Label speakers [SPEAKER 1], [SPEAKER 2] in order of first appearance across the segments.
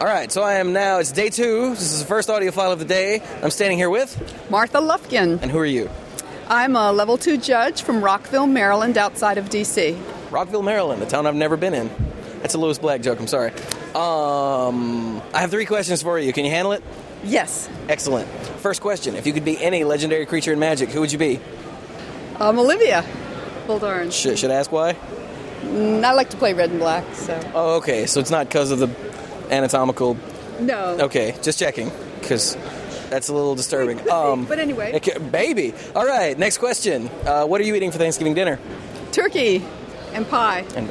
[SPEAKER 1] All right, so I am now, it's day two. This is the first audio file of the day. I'm standing here with,
[SPEAKER 2] Martha Lufkin.
[SPEAKER 1] and who are you?
[SPEAKER 2] I'm a level two judge from Rockville, Maryland, outside of D.C.
[SPEAKER 1] Rockville, Maryland, a town I've never been in. That's a Lewis Black joke, I'm sorry. Um, I have three questions for you. Can you handle it?
[SPEAKER 2] Yes,
[SPEAKER 1] Excellent. First question If you could be any legendary creature in magic, who would you be?
[SPEAKER 2] I'm Olivia Buldarn.
[SPEAKER 1] Should, should I ask why?
[SPEAKER 2] And I like to play red and black, so.
[SPEAKER 1] Oh, okay, so it's not because of the anatomical.
[SPEAKER 2] No.
[SPEAKER 1] Okay, just checking, because that's a little disturbing.
[SPEAKER 2] but anyway.
[SPEAKER 1] okay, baby. All right, next question. Uh, what are you eating for Thanksgiving dinner?
[SPEAKER 2] Turkey and pie.
[SPEAKER 1] And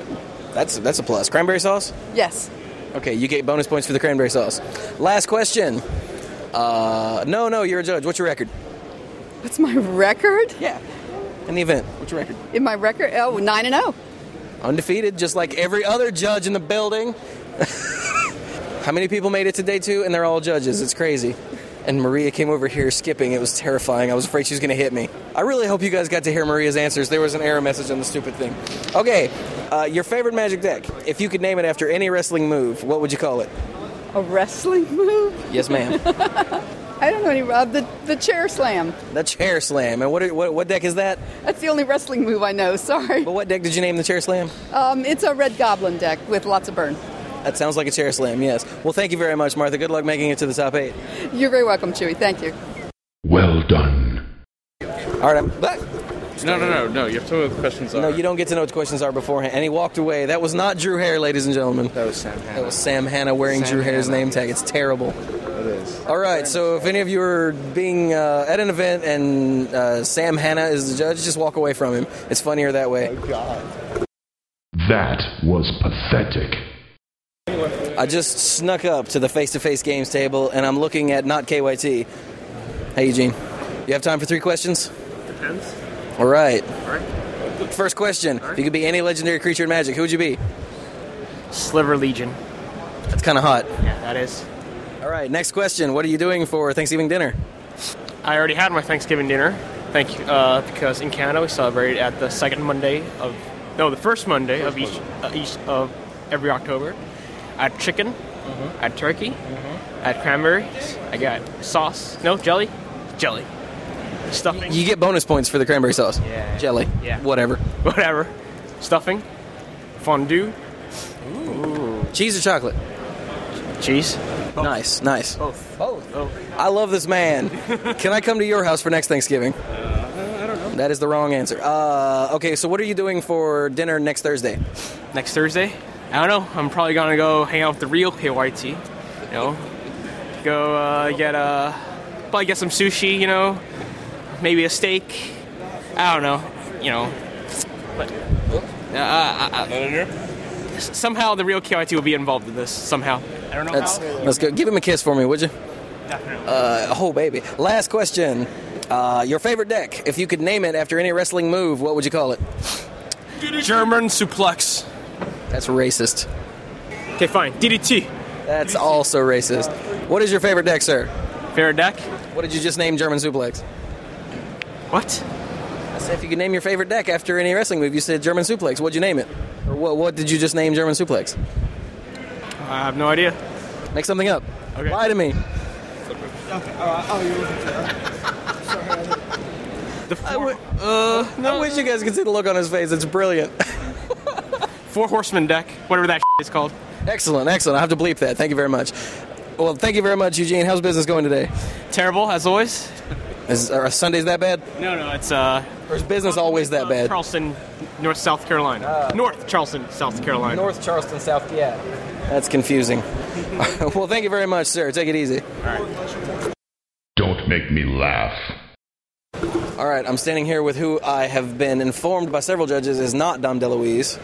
[SPEAKER 1] that's that's a plus. Cranberry sauce.
[SPEAKER 2] Yes.
[SPEAKER 1] Okay, you get bonus points for the cranberry sauce. Last question. Uh, no, no, you're a judge. What's your record?
[SPEAKER 2] What's my record?
[SPEAKER 1] Yeah. In the event, what's your record?
[SPEAKER 2] In my record? Oh, 9 and 0.
[SPEAKER 1] Undefeated, just like every other judge in the building. How many people made it to day two? And they're all judges. It's crazy. And Maria came over here skipping. It was terrifying. I was afraid she was going to hit me. I really hope you guys got to hear Maria's answers. There was an error message on the stupid thing. Okay, uh, your favorite magic deck. If you could name it after any wrestling move, what would you call it?
[SPEAKER 2] A wrestling move?
[SPEAKER 1] Yes, ma'am.
[SPEAKER 2] I don't know any. Uh, the, the chair slam.
[SPEAKER 1] The chair slam. And what, what what deck is that?
[SPEAKER 2] That's the only wrestling move I know, sorry.
[SPEAKER 1] But what deck did you name the chair slam?
[SPEAKER 2] Um, it's a red goblin deck with lots of burn.
[SPEAKER 1] That sounds like a chair slam. Yes. Well, thank you very much, Martha. Good luck making it to the top eight.
[SPEAKER 2] You're very welcome, Chewy. Thank you.
[SPEAKER 3] Well done.
[SPEAKER 1] All right. I'm back.
[SPEAKER 4] No, no, no, no. You have to know what the questions are.
[SPEAKER 1] No, you don't get to know what the questions are beforehand. And he walked away. That was not Drew Hare, ladies and gentlemen.
[SPEAKER 4] That was Sam Hanna.
[SPEAKER 1] That was Sam Hanna wearing
[SPEAKER 4] Sam
[SPEAKER 1] Drew Hare's
[SPEAKER 4] Hanna.
[SPEAKER 1] name tag. It's terrible.
[SPEAKER 4] It is.
[SPEAKER 1] All right. So if any of you are being uh, at an event and uh, Sam Hanna is the judge, just walk away from him. It's funnier that way.
[SPEAKER 3] That was pathetic.
[SPEAKER 1] I just snuck up to the face-to-face games table and I'm looking at not KYT. Hey, Eugene. You have time for three questions?
[SPEAKER 4] Depends.
[SPEAKER 1] All right.
[SPEAKER 4] All right.
[SPEAKER 1] First question: If you could be any legendary creature in Magic, who would you be?
[SPEAKER 5] Sliver Legion.
[SPEAKER 1] That's kind of hot.
[SPEAKER 5] Yeah, that is.
[SPEAKER 1] All right. Next question: What are you doing for Thanksgiving dinner?
[SPEAKER 5] I already had my Thanksgiving dinner. Thank you, uh, because in Canada we celebrate at the second Monday of no, the first Monday of each uh, each of every October. I had chicken, I had turkey, I had cranberries. I got sauce, no jelly, jelly, stuffing,
[SPEAKER 1] You get bonus points for the cranberry sauce.
[SPEAKER 5] Yeah.
[SPEAKER 1] Jelly.
[SPEAKER 5] Yeah.
[SPEAKER 1] Whatever.
[SPEAKER 5] whatever, stuffing, fondue,
[SPEAKER 1] Cheese or chocolate?
[SPEAKER 5] cheese.
[SPEAKER 1] Nice. Nice.
[SPEAKER 5] Both.
[SPEAKER 1] Both.
[SPEAKER 5] Oh,
[SPEAKER 1] I love this man. Can I come to your house for next Thanksgiving? Uh, I don't know. That is the wrong answer. Uh, okay. So what are you doing for dinner next Thursday?
[SPEAKER 5] next Thursday. I don't know. I'm probably gonna go hang out with the real KYT. You know, go uh, get uh, probably get some sushi. You know, maybe a steak. I don't know. You know, but uh, I, I, S- somehow the real KYT will be involved in this. Somehow. I don't know
[SPEAKER 1] That's let's go. Give him a kiss for me, would you? Uh, oh, baby. Last question. Uh, your favorite deck, if you could name it after any wrestling move, what would you call it?
[SPEAKER 5] German suplex.
[SPEAKER 1] That's racist.
[SPEAKER 5] Okay, fine. DDT.
[SPEAKER 1] That's also racist. What is your favorite deck, sir?
[SPEAKER 5] Favorite deck.
[SPEAKER 1] What did you just name German suplex?
[SPEAKER 5] What?
[SPEAKER 1] I said if you could name your favorite deck after any wrestling move, you said German suplex. What'd you name it? Or what, what did you just name German suplex?
[SPEAKER 5] I have no idea.
[SPEAKER 1] Make something up.
[SPEAKER 5] Okay.
[SPEAKER 1] Lie to me.
[SPEAKER 6] Uh,
[SPEAKER 5] The four,
[SPEAKER 1] Uh, I wish you guys could see the look on his face. It's brilliant.
[SPEAKER 5] four horsemen deck, whatever that is called.
[SPEAKER 1] excellent, excellent. I have to bleep that. Thank you very much. Well, thank you very much, Eugene. How's business going today?
[SPEAKER 5] Terrible as always.
[SPEAKER 1] Is, are Sundays that bad?
[SPEAKER 5] No, no, it's uh,
[SPEAKER 1] Or is business always that
[SPEAKER 5] Uh,
[SPEAKER 1] bad? Ah.
[SPEAKER 5] Charleston, North South Carolina. North Charleston, South Carolina.
[SPEAKER 1] North Charleston, South yeah. That's confusing. well, thank you very much, sir. Take it easy.
[SPEAKER 3] Don't make me laugh.
[SPEAKER 1] All right, I'm standing here with who I have been informed by several judges is not Dom DeLuise.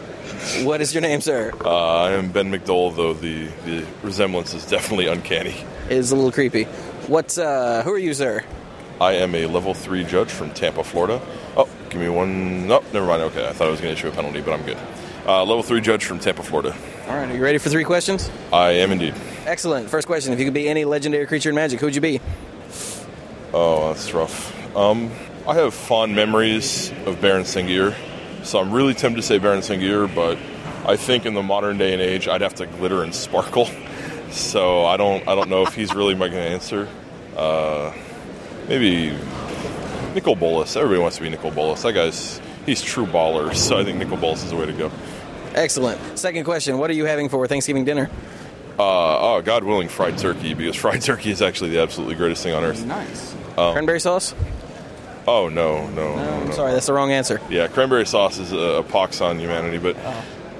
[SPEAKER 1] What is your name, sir?
[SPEAKER 6] Uh, I am Ben McDowell, though the, the resemblance is definitely uncanny.
[SPEAKER 1] It's a little creepy. What's uh, who are you, sir?
[SPEAKER 6] I am a level three judge from Tampa, Florida. Oh, give me one. No, never mind. Okay, I thought I was going to issue a penalty, but I'm good. Uh, level three judge from Tampa, Florida.
[SPEAKER 1] All right, are you ready for three questions?
[SPEAKER 6] I am indeed.
[SPEAKER 1] Excellent. First question: If you could be any legendary creature in Magic, who'd you be?
[SPEAKER 6] Oh, that's rough. Um, I have fond memories of Baron Singier, so I'm really tempted to say Baron Singier, but I think in the modern day and age, I'd have to glitter and sparkle So I don't I don't know if he's really my going to answer. Uh, maybe Nicol Bolas. Everybody wants to be Nicol Bolas. That guy's he's true baller. So I think Nicol Bolas is the way to go.
[SPEAKER 1] Excellent. Second question What are you having for Thanksgiving dinner?
[SPEAKER 6] Uh, oh, God willing, fried turkey because fried turkey is actually the absolutely greatest thing on earth. Um,
[SPEAKER 4] Nice.
[SPEAKER 1] Cranberry sauce?
[SPEAKER 6] Oh no, no, no, no.
[SPEAKER 1] Sorry, that's the wrong answer.
[SPEAKER 6] Yeah, cranberry sauce is a, a pox on humanity, but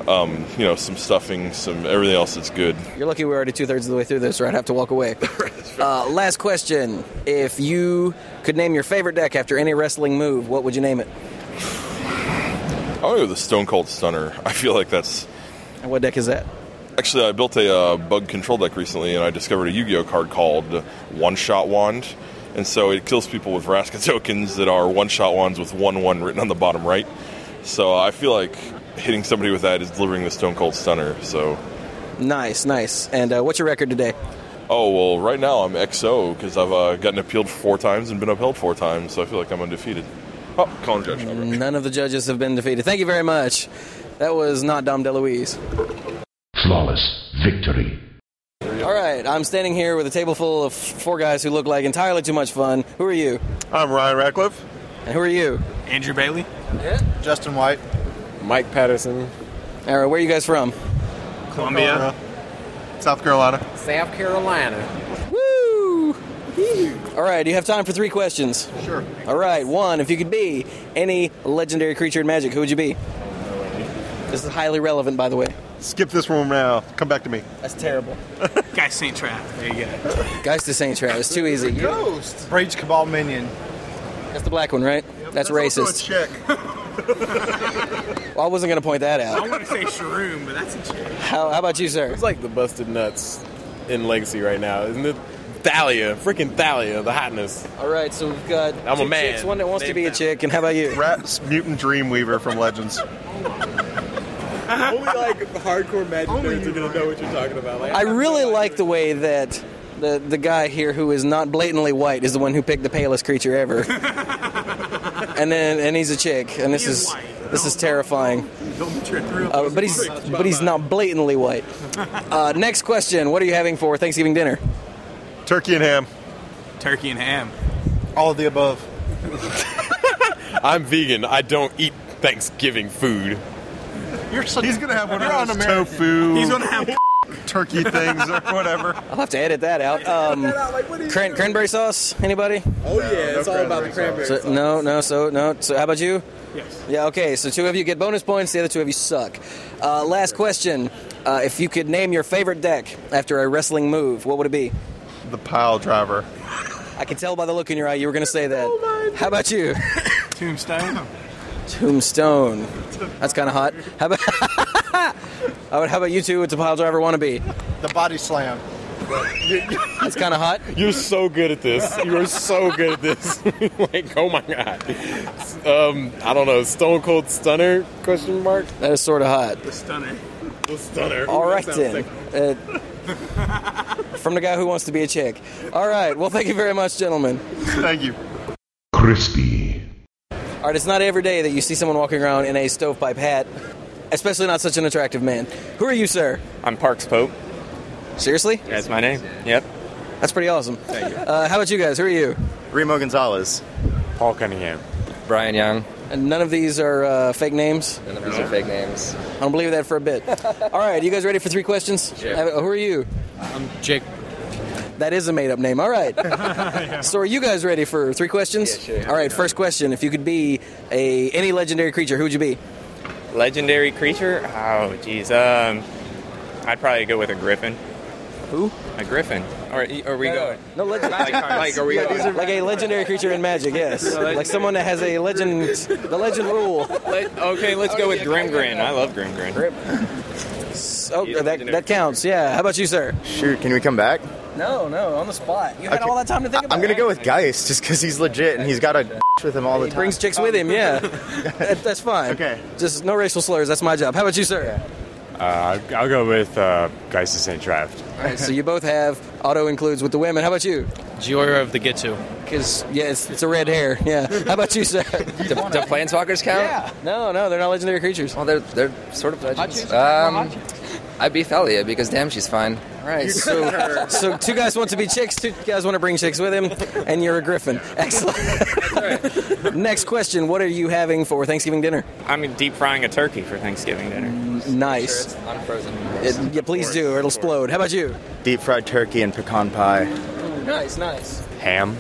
[SPEAKER 1] Oh.
[SPEAKER 6] um, you know, some stuffing, some everything else that's good.
[SPEAKER 1] You're lucky we're already two thirds of the way through this, or I'd have to walk away. uh, last question. If you could name your favorite deck after any wrestling move, what would you name it?
[SPEAKER 6] I'm gonna go with the Stone Cold Stunner. I feel like that's
[SPEAKER 1] And what deck is that?
[SPEAKER 6] Actually, I built a uh, bug control deck recently, and I discovered a Yu-Gi-Oh card called One Shot Wand, and so it kills people with Vraska tokens that are One Shot Wands with one one written on the bottom right. So I feel like hitting somebody with that is delivering the Stone Cold Stunner. So,
[SPEAKER 1] Nice, nice. And uh, what's your record today?
[SPEAKER 6] oh well, right now I'm XO because I've uh, gotten appealed four times and been upheld four times, so I feel like I'm undefeated. Oh, calling judge. All right.
[SPEAKER 1] None of the judges have been defeated. Thank you very much. That was not Dom DeLuise.
[SPEAKER 3] Flawless victory.
[SPEAKER 1] All right, I'm standing here with a table full of four guys who look like entirely too much fun. Who are you?
[SPEAKER 7] I'm Ryan Ratcliffe.
[SPEAKER 1] And who are you?
[SPEAKER 5] Andrew Bailey.
[SPEAKER 7] Justin White.
[SPEAKER 8] Mike Patterson.
[SPEAKER 1] All right, where are you guys from?
[SPEAKER 7] Columbia. South Carolina.
[SPEAKER 8] South Carolina.
[SPEAKER 1] Woo! All right, you have time for three questions.
[SPEAKER 7] Sure.
[SPEAKER 1] All right, one. If you could be any legendary creature in Magic, who would you be? This is highly relevant, by the way.
[SPEAKER 7] Skip this one now. Come back to me.
[SPEAKER 1] That's terrible.
[SPEAKER 5] Guy St. Trap. There you go.
[SPEAKER 1] Guys to Saint Travis, too easy.
[SPEAKER 7] Ghost. Rage Cabal Minion.
[SPEAKER 1] That's the black one, right? That's, racist.
[SPEAKER 7] Also a chick.
[SPEAKER 1] Well, I wasn't gonna point that out.
[SPEAKER 5] I want to say Shroom, but that's a joke.
[SPEAKER 1] How, how about you, sir?
[SPEAKER 8] It's like the busted nuts in Legacy right now, isn't it? Thalia, freaking Thalia, the hotness.
[SPEAKER 1] All right, so we've got
[SPEAKER 8] I'm
[SPEAKER 1] two
[SPEAKER 8] a man.
[SPEAKER 1] chicks, one that wants to
[SPEAKER 8] Name
[SPEAKER 1] be a
[SPEAKER 8] that.
[SPEAKER 1] chick, and how about you?
[SPEAKER 7] Rats Mutant Dreamweaver from Legends.
[SPEAKER 8] Only like hardcore magic nerds are gonna know what you're talking about. Like,
[SPEAKER 1] I really like the way that the the guy here who is not blatantly white is the one who picked the palest creature ever. and then and he's a chick, and this
[SPEAKER 5] He is
[SPEAKER 1] is
[SPEAKER 5] white.
[SPEAKER 1] this is terrifying.
[SPEAKER 5] Don't be tricked through.
[SPEAKER 1] Uh, but he's but he's not blatantly white. Uh, next question: What are you having for Thanksgiving dinner?
[SPEAKER 7] Turkey and ham.
[SPEAKER 5] Turkey and ham.
[SPEAKER 7] All of the above.
[SPEAKER 8] I'm vegan. I don't eat Thanksgiving food.
[SPEAKER 7] He's gonna have one of those tofu. He's gonna have turkey things or whatever.
[SPEAKER 1] I'll have to edit that out. Um, cran- cranberry sauce? Anybody?
[SPEAKER 8] Oh yeah, it's all about the cranberry.
[SPEAKER 1] So- no, no. So no. So how about you?
[SPEAKER 5] Yes.
[SPEAKER 1] Yeah. Okay. So two of you get bonus points. The other two of you suck. Uh, last question: uh, If you could name your favorite deck after a wrestling move, what would it be?
[SPEAKER 7] The pile driver.
[SPEAKER 1] I can tell by the look in your eye you were going to say that. How about you?
[SPEAKER 5] Tombstone.
[SPEAKER 1] Tombstone. That's kind of hot. How about how about- how about you two? It's a pile driver wannabe.
[SPEAKER 7] The body slam.
[SPEAKER 1] That's kind of hot.
[SPEAKER 8] You're so good at this. You are so good at this. like, oh my god. Um, I don't know. Stone Cold Stunner? Question mark.
[SPEAKER 1] That is sort of hot.
[SPEAKER 5] The stunner.
[SPEAKER 8] The Stunner.
[SPEAKER 1] All right
[SPEAKER 8] That sounds
[SPEAKER 1] then.
[SPEAKER 8] sick.
[SPEAKER 1] Uh, from the guy who wants to be a chick. All right. Well, thank you very much, gentlemen.
[SPEAKER 7] Thank you.
[SPEAKER 3] Crispy.
[SPEAKER 1] All right. It's not every day that you see someone walking around in a stovepipe hat, especially not such an attractive man. Who are you, sir?
[SPEAKER 9] I'm Parks Pope.
[SPEAKER 1] Seriously?
[SPEAKER 9] That's my name. Yep.
[SPEAKER 1] That's pretty awesome. Thank you. Uh, how about you guys? Who are you?
[SPEAKER 10] Remo Gonzalez.
[SPEAKER 8] Paul Cunningham.
[SPEAKER 9] Brian Young.
[SPEAKER 1] And none of these are uh, fake names.
[SPEAKER 9] None of these are fake names.
[SPEAKER 1] I don't believe that for a bit. All right, you guys ready for three questions?
[SPEAKER 9] Sure.
[SPEAKER 1] Uh, Who are you?
[SPEAKER 8] Jake.
[SPEAKER 1] That is a made-up name. All right. So are you guys ready for three questions?
[SPEAKER 9] Yeah, sure.
[SPEAKER 1] All right. First question: If you could be a any legendary creature, who would you be?
[SPEAKER 9] Legendary creature? Oh, geez. Um, I'd probably go with a griffin.
[SPEAKER 1] Who?
[SPEAKER 9] A griffin. Or are we going?
[SPEAKER 1] No, legend.
[SPEAKER 9] Like, like, are we going?
[SPEAKER 1] Like a legendary creature in Magic, yes. Like someone that has a legend, the legend rule.
[SPEAKER 9] Let- okay, let's go with Grimgrin. I love Grimgrin.
[SPEAKER 1] Oh, that, that counts. Yeah. How about you, sir?
[SPEAKER 10] Shoot, can we come back?
[SPEAKER 1] No, no, on the spot. You had
[SPEAKER 10] Okay. all
[SPEAKER 1] that time to think
[SPEAKER 10] I'm gonna go with Geist just because he's legit and he's got a with him all the
[SPEAKER 1] He
[SPEAKER 10] time.
[SPEAKER 1] brings chicks with him. Yeah, that, that's fine.
[SPEAKER 10] Okay.
[SPEAKER 1] Just no racial slurs. That's my job. How about you, sir?
[SPEAKER 8] Uh, I'll go with uh, Geist of St. Draft.
[SPEAKER 1] All right, so you both have auto includes with the women. How about you?
[SPEAKER 5] Giora of the Gitu.
[SPEAKER 1] Because yeah, it's, it's a red hair. Yeah. How about you, sir?
[SPEAKER 9] Do, do planeswalkers count?
[SPEAKER 1] No, no, they're not legendary creatures.
[SPEAKER 9] Well, they're they're sort of legends. Um, I'd be Thalia because damn, she's fine.
[SPEAKER 1] All right, so, so two guys want to be chicks, two guys want to bring chicks with him, and you're a griffin. Excellent. Next question What are you having for Thanksgiving dinner?
[SPEAKER 9] I'm deep frying a turkey for Thanksgiving dinner.
[SPEAKER 1] Nice.
[SPEAKER 9] Unfrozen.
[SPEAKER 1] It- yeah, please do, or it'll explode. How about you?
[SPEAKER 10] Deep fried turkey and pecan pie.
[SPEAKER 1] Nice, nice.
[SPEAKER 10] Ham.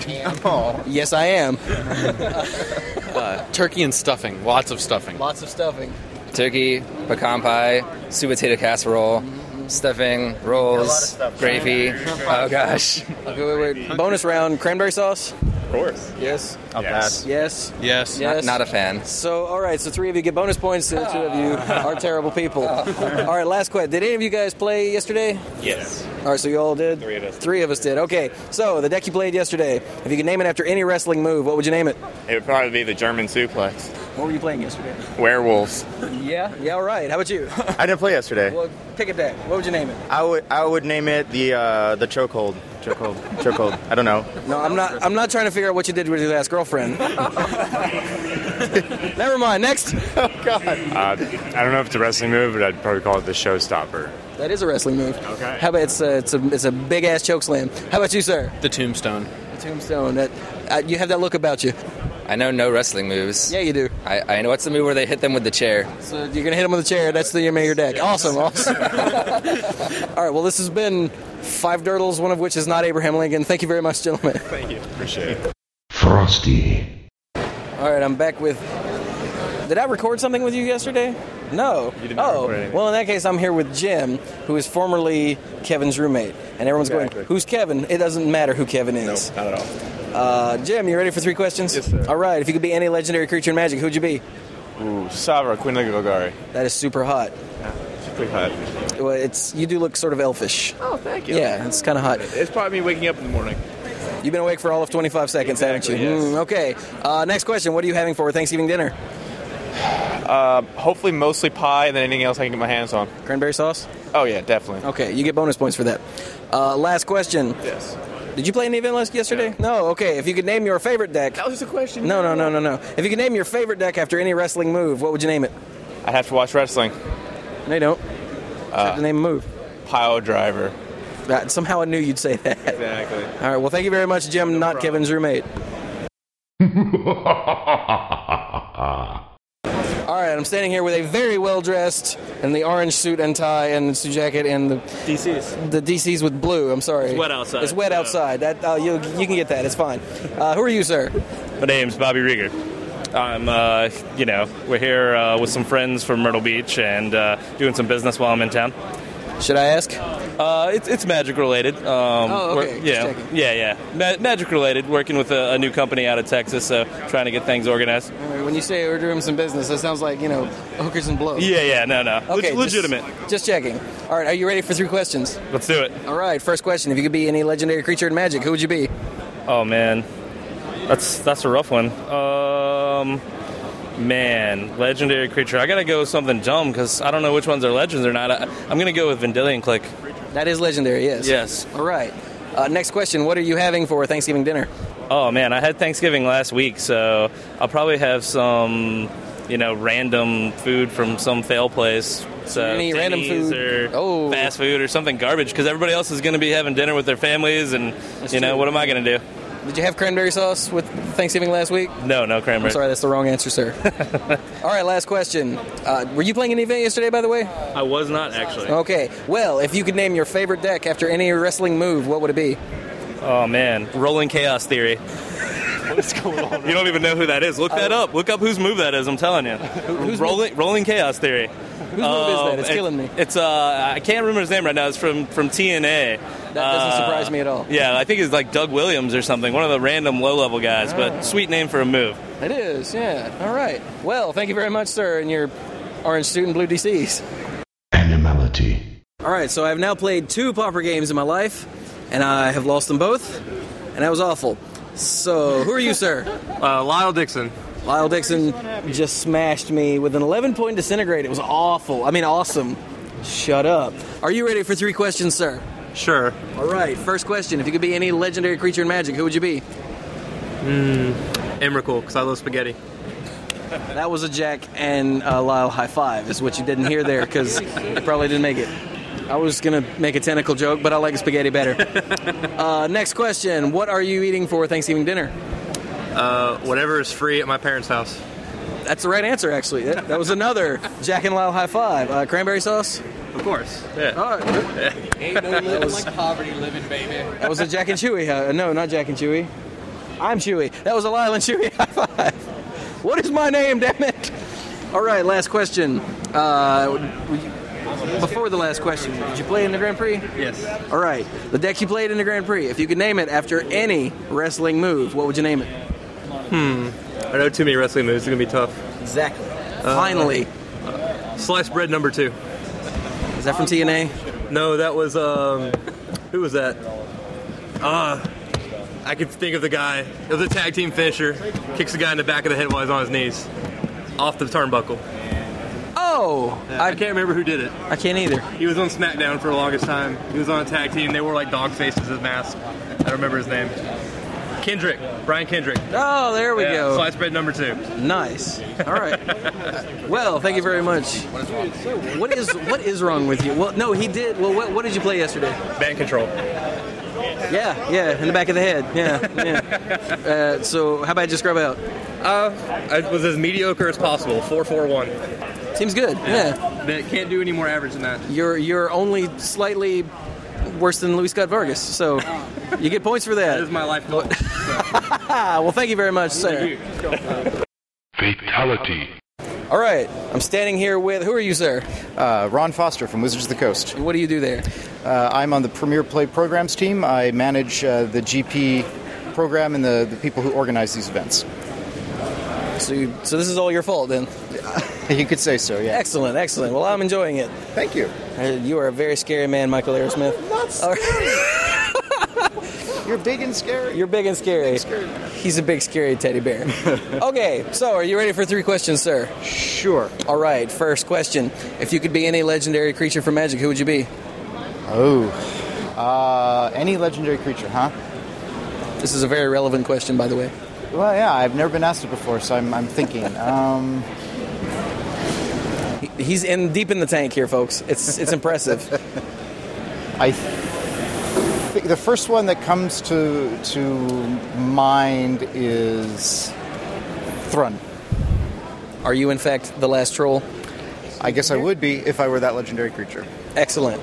[SPEAKER 1] Oh, Yes, I am.
[SPEAKER 11] Uh, turkey and stuffing. Lots of stuffing.
[SPEAKER 1] Lots of stuffing.
[SPEAKER 11] Turkey, pecan pie, sweet potato casserole,
[SPEAKER 1] Mm-hmm.
[SPEAKER 11] stuffing, rolls, gravy. Oh gosh.
[SPEAKER 1] Okay, wait, wait. Bonus round cranberry sauce? Of
[SPEAKER 6] course.
[SPEAKER 1] Yes.
[SPEAKER 11] I'll Yes. pass.
[SPEAKER 1] Yes.
[SPEAKER 11] Yes. Not- not a fan. Ah.
[SPEAKER 1] So, all right, so three of you get bonus points, the two of you are terrible people. all right, last question. Did any of you guys play yesterday?
[SPEAKER 9] Yes.
[SPEAKER 1] All right, so you all did? Three of us. Three of us did. Okay, so the deck you played yesterday, if you could name it after any wrestling move, what would you name it?
[SPEAKER 9] It would probably be the German suplex.
[SPEAKER 1] What were you playing yesterday?
[SPEAKER 9] Werewolves.
[SPEAKER 1] Yeah, yeah, all right. How about you?
[SPEAKER 10] I didn't play yesterday.
[SPEAKER 1] well, pick a deck. What would you name it?
[SPEAKER 10] I would I would name it the uh, the chokehold. Chokehold. chokehold. I don't know.
[SPEAKER 1] No, I'm not. I'm not trying to figure out what you did with your last girlfriend. Never mind. Next. Oh God.
[SPEAKER 12] Uh, I don't know if it's a wrestling move, but I'd probably call it the showstopper.
[SPEAKER 1] That is a wrestling move. Okay. How about it's a, it's a it's a big ass choke slam. How about you, sir?
[SPEAKER 11] The tombstone.
[SPEAKER 1] The tombstone. That uh, you have that look about you.
[SPEAKER 11] I know no wrestling moves.
[SPEAKER 1] Yeah, you do.
[SPEAKER 11] I, I know what's the move where they hit them with the chair.
[SPEAKER 1] So you're gonna hit him with a chair. That's the name of your deck. Awesome. Awesome. All right. Well, this has been five dirtles, one of which is not Abraham Lincoln. Thank you very much, gentlemen. Thank you.
[SPEAKER 6] Appreciate it.
[SPEAKER 3] Frosty.
[SPEAKER 1] All right, I'm back with. Did I record something with you yesterday? No. You did not oh, well, in that case, I'm here with Jim, who is formerly Kevin's roommate, and everyone's going, "Who's Kevin?" It doesn't matter who Kevin is. No, not at all. Uh, Jim, you ready for three questions? Yes, sir. All right, if you could be any legendary creature in Magic, who'd you be?
[SPEAKER 13] Ooh, Savra, Queen of Golgari.
[SPEAKER 1] That is super hot.
[SPEAKER 13] She's pretty hot.
[SPEAKER 1] Well, it's you do look sort of elfish.
[SPEAKER 13] Oh, thank you.
[SPEAKER 1] Yeah, it's kind of hot.
[SPEAKER 13] It's probably me waking up in the morning.
[SPEAKER 1] You've been awake for all of 25 seconds, haven't you? Mm, okay. Uh, next question: What are you having for Thanksgiving dinner?
[SPEAKER 13] Uh, hopefully, mostly pie and then anything else I can get my hands on.
[SPEAKER 1] Cranberry sauce?
[SPEAKER 13] Oh, yeah, definitely.
[SPEAKER 1] Okay, you get bonus points for that. Uh, last question.
[SPEAKER 13] Yes.
[SPEAKER 1] Did you play any event last yesterday? No. Okay. If you could name your favorite deck. That was
[SPEAKER 13] just a question.
[SPEAKER 1] No, no, no, no, no. If you could name your favorite deck after any wrestling move, what would you name it?
[SPEAKER 13] I'd have to watch wrestling.
[SPEAKER 1] No, you don't. have to name a move.
[SPEAKER 13] Pile driver.
[SPEAKER 1] That, somehow I knew you'd say that.
[SPEAKER 13] Exactly.
[SPEAKER 1] All right. Well, thank you very much, Jim. not Kevin's roommate. All right, I'm standing here with a very well dressed in the orange suit and tie and suit jacket and the DCs. The DCs with blue. I'm sorry.
[SPEAKER 14] It's wet outside,
[SPEAKER 1] It's wet
[SPEAKER 14] so-
[SPEAKER 1] outside. That uh, you you can get that. It's fine. Uh, who are you, sir?
[SPEAKER 14] My name's Bobby Rieger. I'm, uh, you know, we're here uh, with some friends from Myrtle Beach and uh, doing some business while I'm in town.
[SPEAKER 1] Should I ask?
[SPEAKER 14] Uh, it's, it's magic related. Um,
[SPEAKER 1] Oh, okay.
[SPEAKER 14] we're-
[SPEAKER 1] Just
[SPEAKER 14] Yeah,
[SPEAKER 1] checking.
[SPEAKER 14] yeah, yeah. Ma- magic related. Working with a, a new company out of Texas, so trying to get things organized.
[SPEAKER 1] When you say we're doing some business, that sounds like you know hookers and blow.
[SPEAKER 14] Yeah, yeah, no, no. Leg-
[SPEAKER 1] Okay, just-
[SPEAKER 14] legitimate.
[SPEAKER 1] Just, checking. All right, are you ready for three questions?
[SPEAKER 14] Let's do it.
[SPEAKER 1] All right, first question: If you could be any legendary creature in Magic, who would you be?
[SPEAKER 14] Oh man, that's that's a rough one. Um, man, legendary creature. I gotta go with something dumb because I don't know which ones are legends or not. I, I'm gonna go with Vendilion Click.
[SPEAKER 1] That is legendary. Yes.
[SPEAKER 14] Yes.
[SPEAKER 1] All right. Uh, next question: What are you having for Thanksgiving dinner?
[SPEAKER 14] Oh man, I had Thanksgiving last week, so I'll probably have some, you know, random food from some fail place. So
[SPEAKER 1] Any random
[SPEAKER 14] Denny's
[SPEAKER 1] food? Oh.
[SPEAKER 14] or fast food or something garbage because everybody else is going to be having dinner with their families, and you know
[SPEAKER 1] true.
[SPEAKER 14] what am I going to do?
[SPEAKER 1] Did you have cranberry sauce with Thanksgiving last week?
[SPEAKER 14] No, no cranberry.
[SPEAKER 1] I'm sorry, that's the wrong answer, sir. All right, last question. Uh, were you playing an event yesterday, by the way?
[SPEAKER 14] I was not actually.
[SPEAKER 1] Okay. Well, if you could name your favorite deck after any wrestling move, what would it be?
[SPEAKER 14] Oh man, rolling chaos theory. What's going on? You don't even know who that is. Look that up. Look up whose move that is. I'm telling you. rolling rolling chaos theory.
[SPEAKER 1] move
[SPEAKER 14] Whose
[SPEAKER 1] is that? It's killing me.
[SPEAKER 14] It's uh, I can't remember his name right now. It's from from TNA. That
[SPEAKER 1] doesn't surprise me at all.
[SPEAKER 14] Uh, Yeah, I think it's like Doug Williams or something. One of the random low level guys.
[SPEAKER 1] Ah.
[SPEAKER 14] But sweet name for a move.
[SPEAKER 1] It is, yeah. All right. Well, thank you very much, sir, and your orange suit and blue DCs.
[SPEAKER 3] Animality.
[SPEAKER 1] All right, so I've now played two popper games in my life, and I have lost them both, and that was awful. So, who are you, sir? Uh, Lyle Dixon. Lyle Dixon just smashed me with an 11 point disintegrate. It was awful. I mean, awesome. Shut up. Are you ready for three questions, sir? Sure. All right, first question. If you could be any legendary creature in magic, who would you be?
[SPEAKER 15] Mm, Emrakul, because I love spaghetti.
[SPEAKER 1] That was a Jack and uh, Lyle high five, is what you didn't hear there because you probably didn't make it. I was gonna make a tentacle joke, but I like spaghetti better. uh, next question: What are you eating for Thanksgiving dinner?
[SPEAKER 15] Uh, whatever is free at my parents' house.
[SPEAKER 1] That's the right answer, actually. That, that was another Jack and Lyle high five. Uh, cranberry sauce.
[SPEAKER 15] Of course. Yeah.
[SPEAKER 16] Ain't no
[SPEAKER 1] That
[SPEAKER 16] living
[SPEAKER 1] was-
[SPEAKER 16] like poverty living, baby.
[SPEAKER 1] That was a Jack and Chewy. Uh, no, not Jack and Chewy. I'm Chewy. That was a Lyle and Chewy high five. What is my name, damn it? All right, last question. Uh, were you- before the last question, did you play in the Grand Prix?
[SPEAKER 15] Yes.
[SPEAKER 1] All right, the deck you played in the Grand Prix. If you could name it after any wrestling move, what would you name it?
[SPEAKER 15] Hmm. I know too many wrestling moves. It's gonna be tough.
[SPEAKER 1] Exactly. Finally.
[SPEAKER 15] uh, sliced bread number two.
[SPEAKER 1] Is that from TNA?
[SPEAKER 15] No, that was um, who was that? Uh I can think of the guy. It was a tag team finisher. Kicks the guy in the back of the head while he's on his knees, off the turnbuckle.
[SPEAKER 1] Oh,
[SPEAKER 15] I, can't remember who did it.
[SPEAKER 1] I can't either.
[SPEAKER 15] He was on SmackDown for the longest time. He was on a tag team. They wore like dog faces as masks. I don't remember his name. Kendrick, Brian Kendrick.
[SPEAKER 1] Oh, there we go.
[SPEAKER 15] Slice bread number two.
[SPEAKER 1] Nice.
[SPEAKER 8] Uh,
[SPEAKER 1] All right. Well, thank you very much. What is what is wrong with you? Well, no, he did. Well, what, what did you play yesterday?
[SPEAKER 15] Band control.
[SPEAKER 1] Yeah, yeah, in the back of the head. Yeah, yeah. Uh, so, how about I just grab out?
[SPEAKER 15] Uh, it was as mediocre as possible. Four four one.
[SPEAKER 1] Seems good. Yeah.
[SPEAKER 15] That can't do any more average than that.
[SPEAKER 1] You're you're only slightly worse than Luis Scott Vargas, so you get points for that. That is
[SPEAKER 15] my life goal.
[SPEAKER 1] well, thank you very much, sir.
[SPEAKER 3] Fatality.
[SPEAKER 1] All right, I'm standing here with who are you, sir?
[SPEAKER 10] Uh, Ron Foster from Wizards of the Coast.
[SPEAKER 1] what do you do there?
[SPEAKER 10] Uh, I'm on the Premier Play Programs team. I manage uh, the GP program and the, the people who organize these events.
[SPEAKER 1] So, you, so this is all your fault then.
[SPEAKER 10] Uh, You could say so, yeah.
[SPEAKER 1] Excellent, excellent. Well, I'm enjoying it. Uh,
[SPEAKER 10] Thank you.
[SPEAKER 1] you are a very scary man, Michael Aerosmith.
[SPEAKER 10] Not You're big and scary.
[SPEAKER 1] You're big and scary. He's a big scary teddy bear. okay, so are you ready for three questions, sir?
[SPEAKER 10] Sure.
[SPEAKER 1] All right, first question. If you could be any legendary creature from Magic, who would you be?
[SPEAKER 10] Oh. Uh, any legendary creature, huh?
[SPEAKER 1] This is a very relevant question, by the way.
[SPEAKER 10] Well, yeah, I've never been asked it before, so I'm, I'm thinking. Um,
[SPEAKER 1] He- He's in deep in the tank here, folks. It's it's impressive.
[SPEAKER 10] I think the first one that comes to to mind is Thrun.
[SPEAKER 1] Are you in fact the last troll?
[SPEAKER 10] I guess I would be if I were that legendary creature.
[SPEAKER 1] Excellent.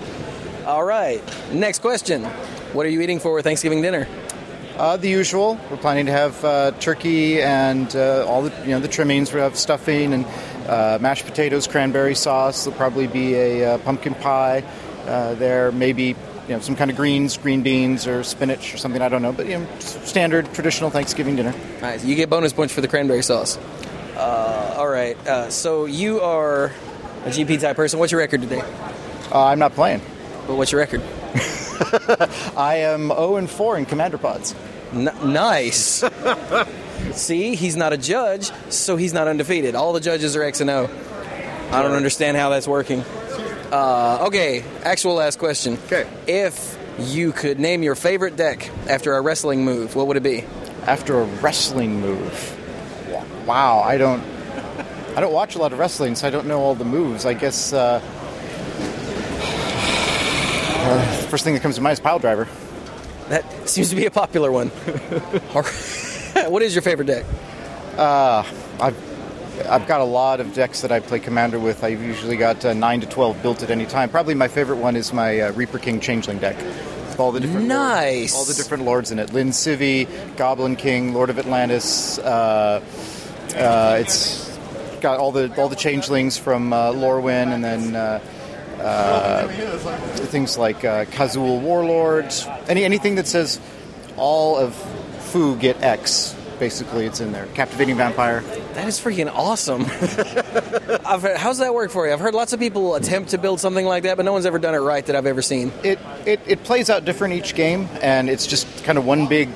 [SPEAKER 1] All right, next question. What are you eating for Thanksgiving dinner?
[SPEAKER 10] Uh, the usual. We're planning to have uh, turkey and uh, all the you know the trimmings. We have stuffing and uh, mashed potatoes, cranberry sauce. There'll probably be a uh, pumpkin pie uh, there. Maybe you know some kind of greens, green beans or spinach or something. I don't know, but you know s- standard traditional Thanksgiving dinner.
[SPEAKER 1] Nice. You get bonus points for the cranberry sauce. Uh, all right. Uh, so you are a GP type person. What's your record today?
[SPEAKER 10] Uh, I'm not playing.
[SPEAKER 1] But what's your record?
[SPEAKER 10] I am 0 and 4 in commander pods.
[SPEAKER 1] N- nice. See, he's not a judge, so he's not undefeated. All the judges are X and O. I don't understand how that's working. Uh, okay, actual last question. Okay. If you could name your favorite deck after a wrestling move, what would it be?
[SPEAKER 10] After a wrestling move. Wow, I don't. I don't watch a lot of wrestling, so I don't know all the moves. I guess uh, uh, first thing that comes to mind is pile driver.
[SPEAKER 1] That seems to be a popular one. All right. what is your favorite deck?
[SPEAKER 10] Uh, I've I've got a lot of decks that I play commander with. I've usually got uh, nine to twelve built at any time. Probably my favorite one is my uh, Reaper King Changeling deck. With all the different
[SPEAKER 1] nice,
[SPEAKER 10] all the different lords in it: Lin Civi, Goblin King, Lord of Atlantis. Uh, uh, it's got all the all the changelings from uh, Lorwyn, and then. Uh, uh, things like uh, Kazul Warlord, any anything that says all of Fu get X, basically, it's in there. Captivating Vampire.
[SPEAKER 1] That is freaking awesome. I've heard, how's that work for you? I've heard lots of people attempt to build something like that, but no one's ever done it right that I've ever seen.
[SPEAKER 10] It it, it plays out different each game, and it's just kind of one big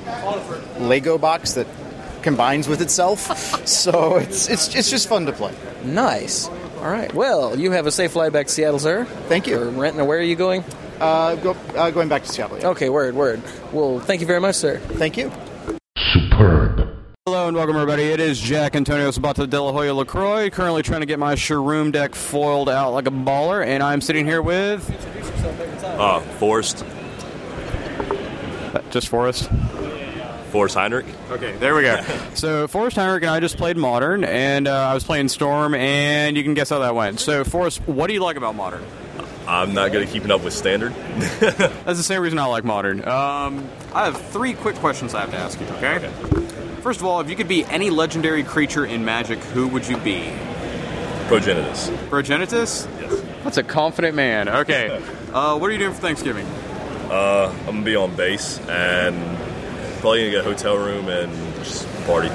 [SPEAKER 10] Lego box that combines with itself. so it's it's it's just fun to play.
[SPEAKER 1] Nice. All right. Well, you have a safe flight back to Seattle, sir. Thank you. Or renting, or where are you going?
[SPEAKER 10] Uh, go, uh, going back to Seattle.
[SPEAKER 1] Okay. Word. Word. Well, thank you very much, sir.
[SPEAKER 10] Thank you.
[SPEAKER 17] Hello and welcome everybody. It is Jack Antonio Sabato de la Hoya LaCroix, currently trying to get my Shroom deck foiled out like a baller, and I'm sitting here with
[SPEAKER 18] Uh, Forrest.
[SPEAKER 11] Uh, Just Forrest.
[SPEAKER 18] Forrest Heinrich.
[SPEAKER 11] Okay,
[SPEAKER 18] there we go.
[SPEAKER 11] So Forrest Heinrich and I just played Modern, and uh, I was playing Storm, and you can guess how that went. So Forrest, what do you like about Modern?
[SPEAKER 18] I'm not good at keeping up with standard.
[SPEAKER 11] That's the same reason I like Modern. Um,
[SPEAKER 17] I have three quick questions I have to ask you, okay? First of all, if you could be any legendary creature in Magic, who would you be?
[SPEAKER 18] Progenitus.
[SPEAKER 17] Progenitus? Yes.
[SPEAKER 11] That's a confident man. Okay.
[SPEAKER 17] uh, what are you doing for Thanksgiving?
[SPEAKER 18] Uh, I'm gonna be on base and probably gonna get a hotel room and just party.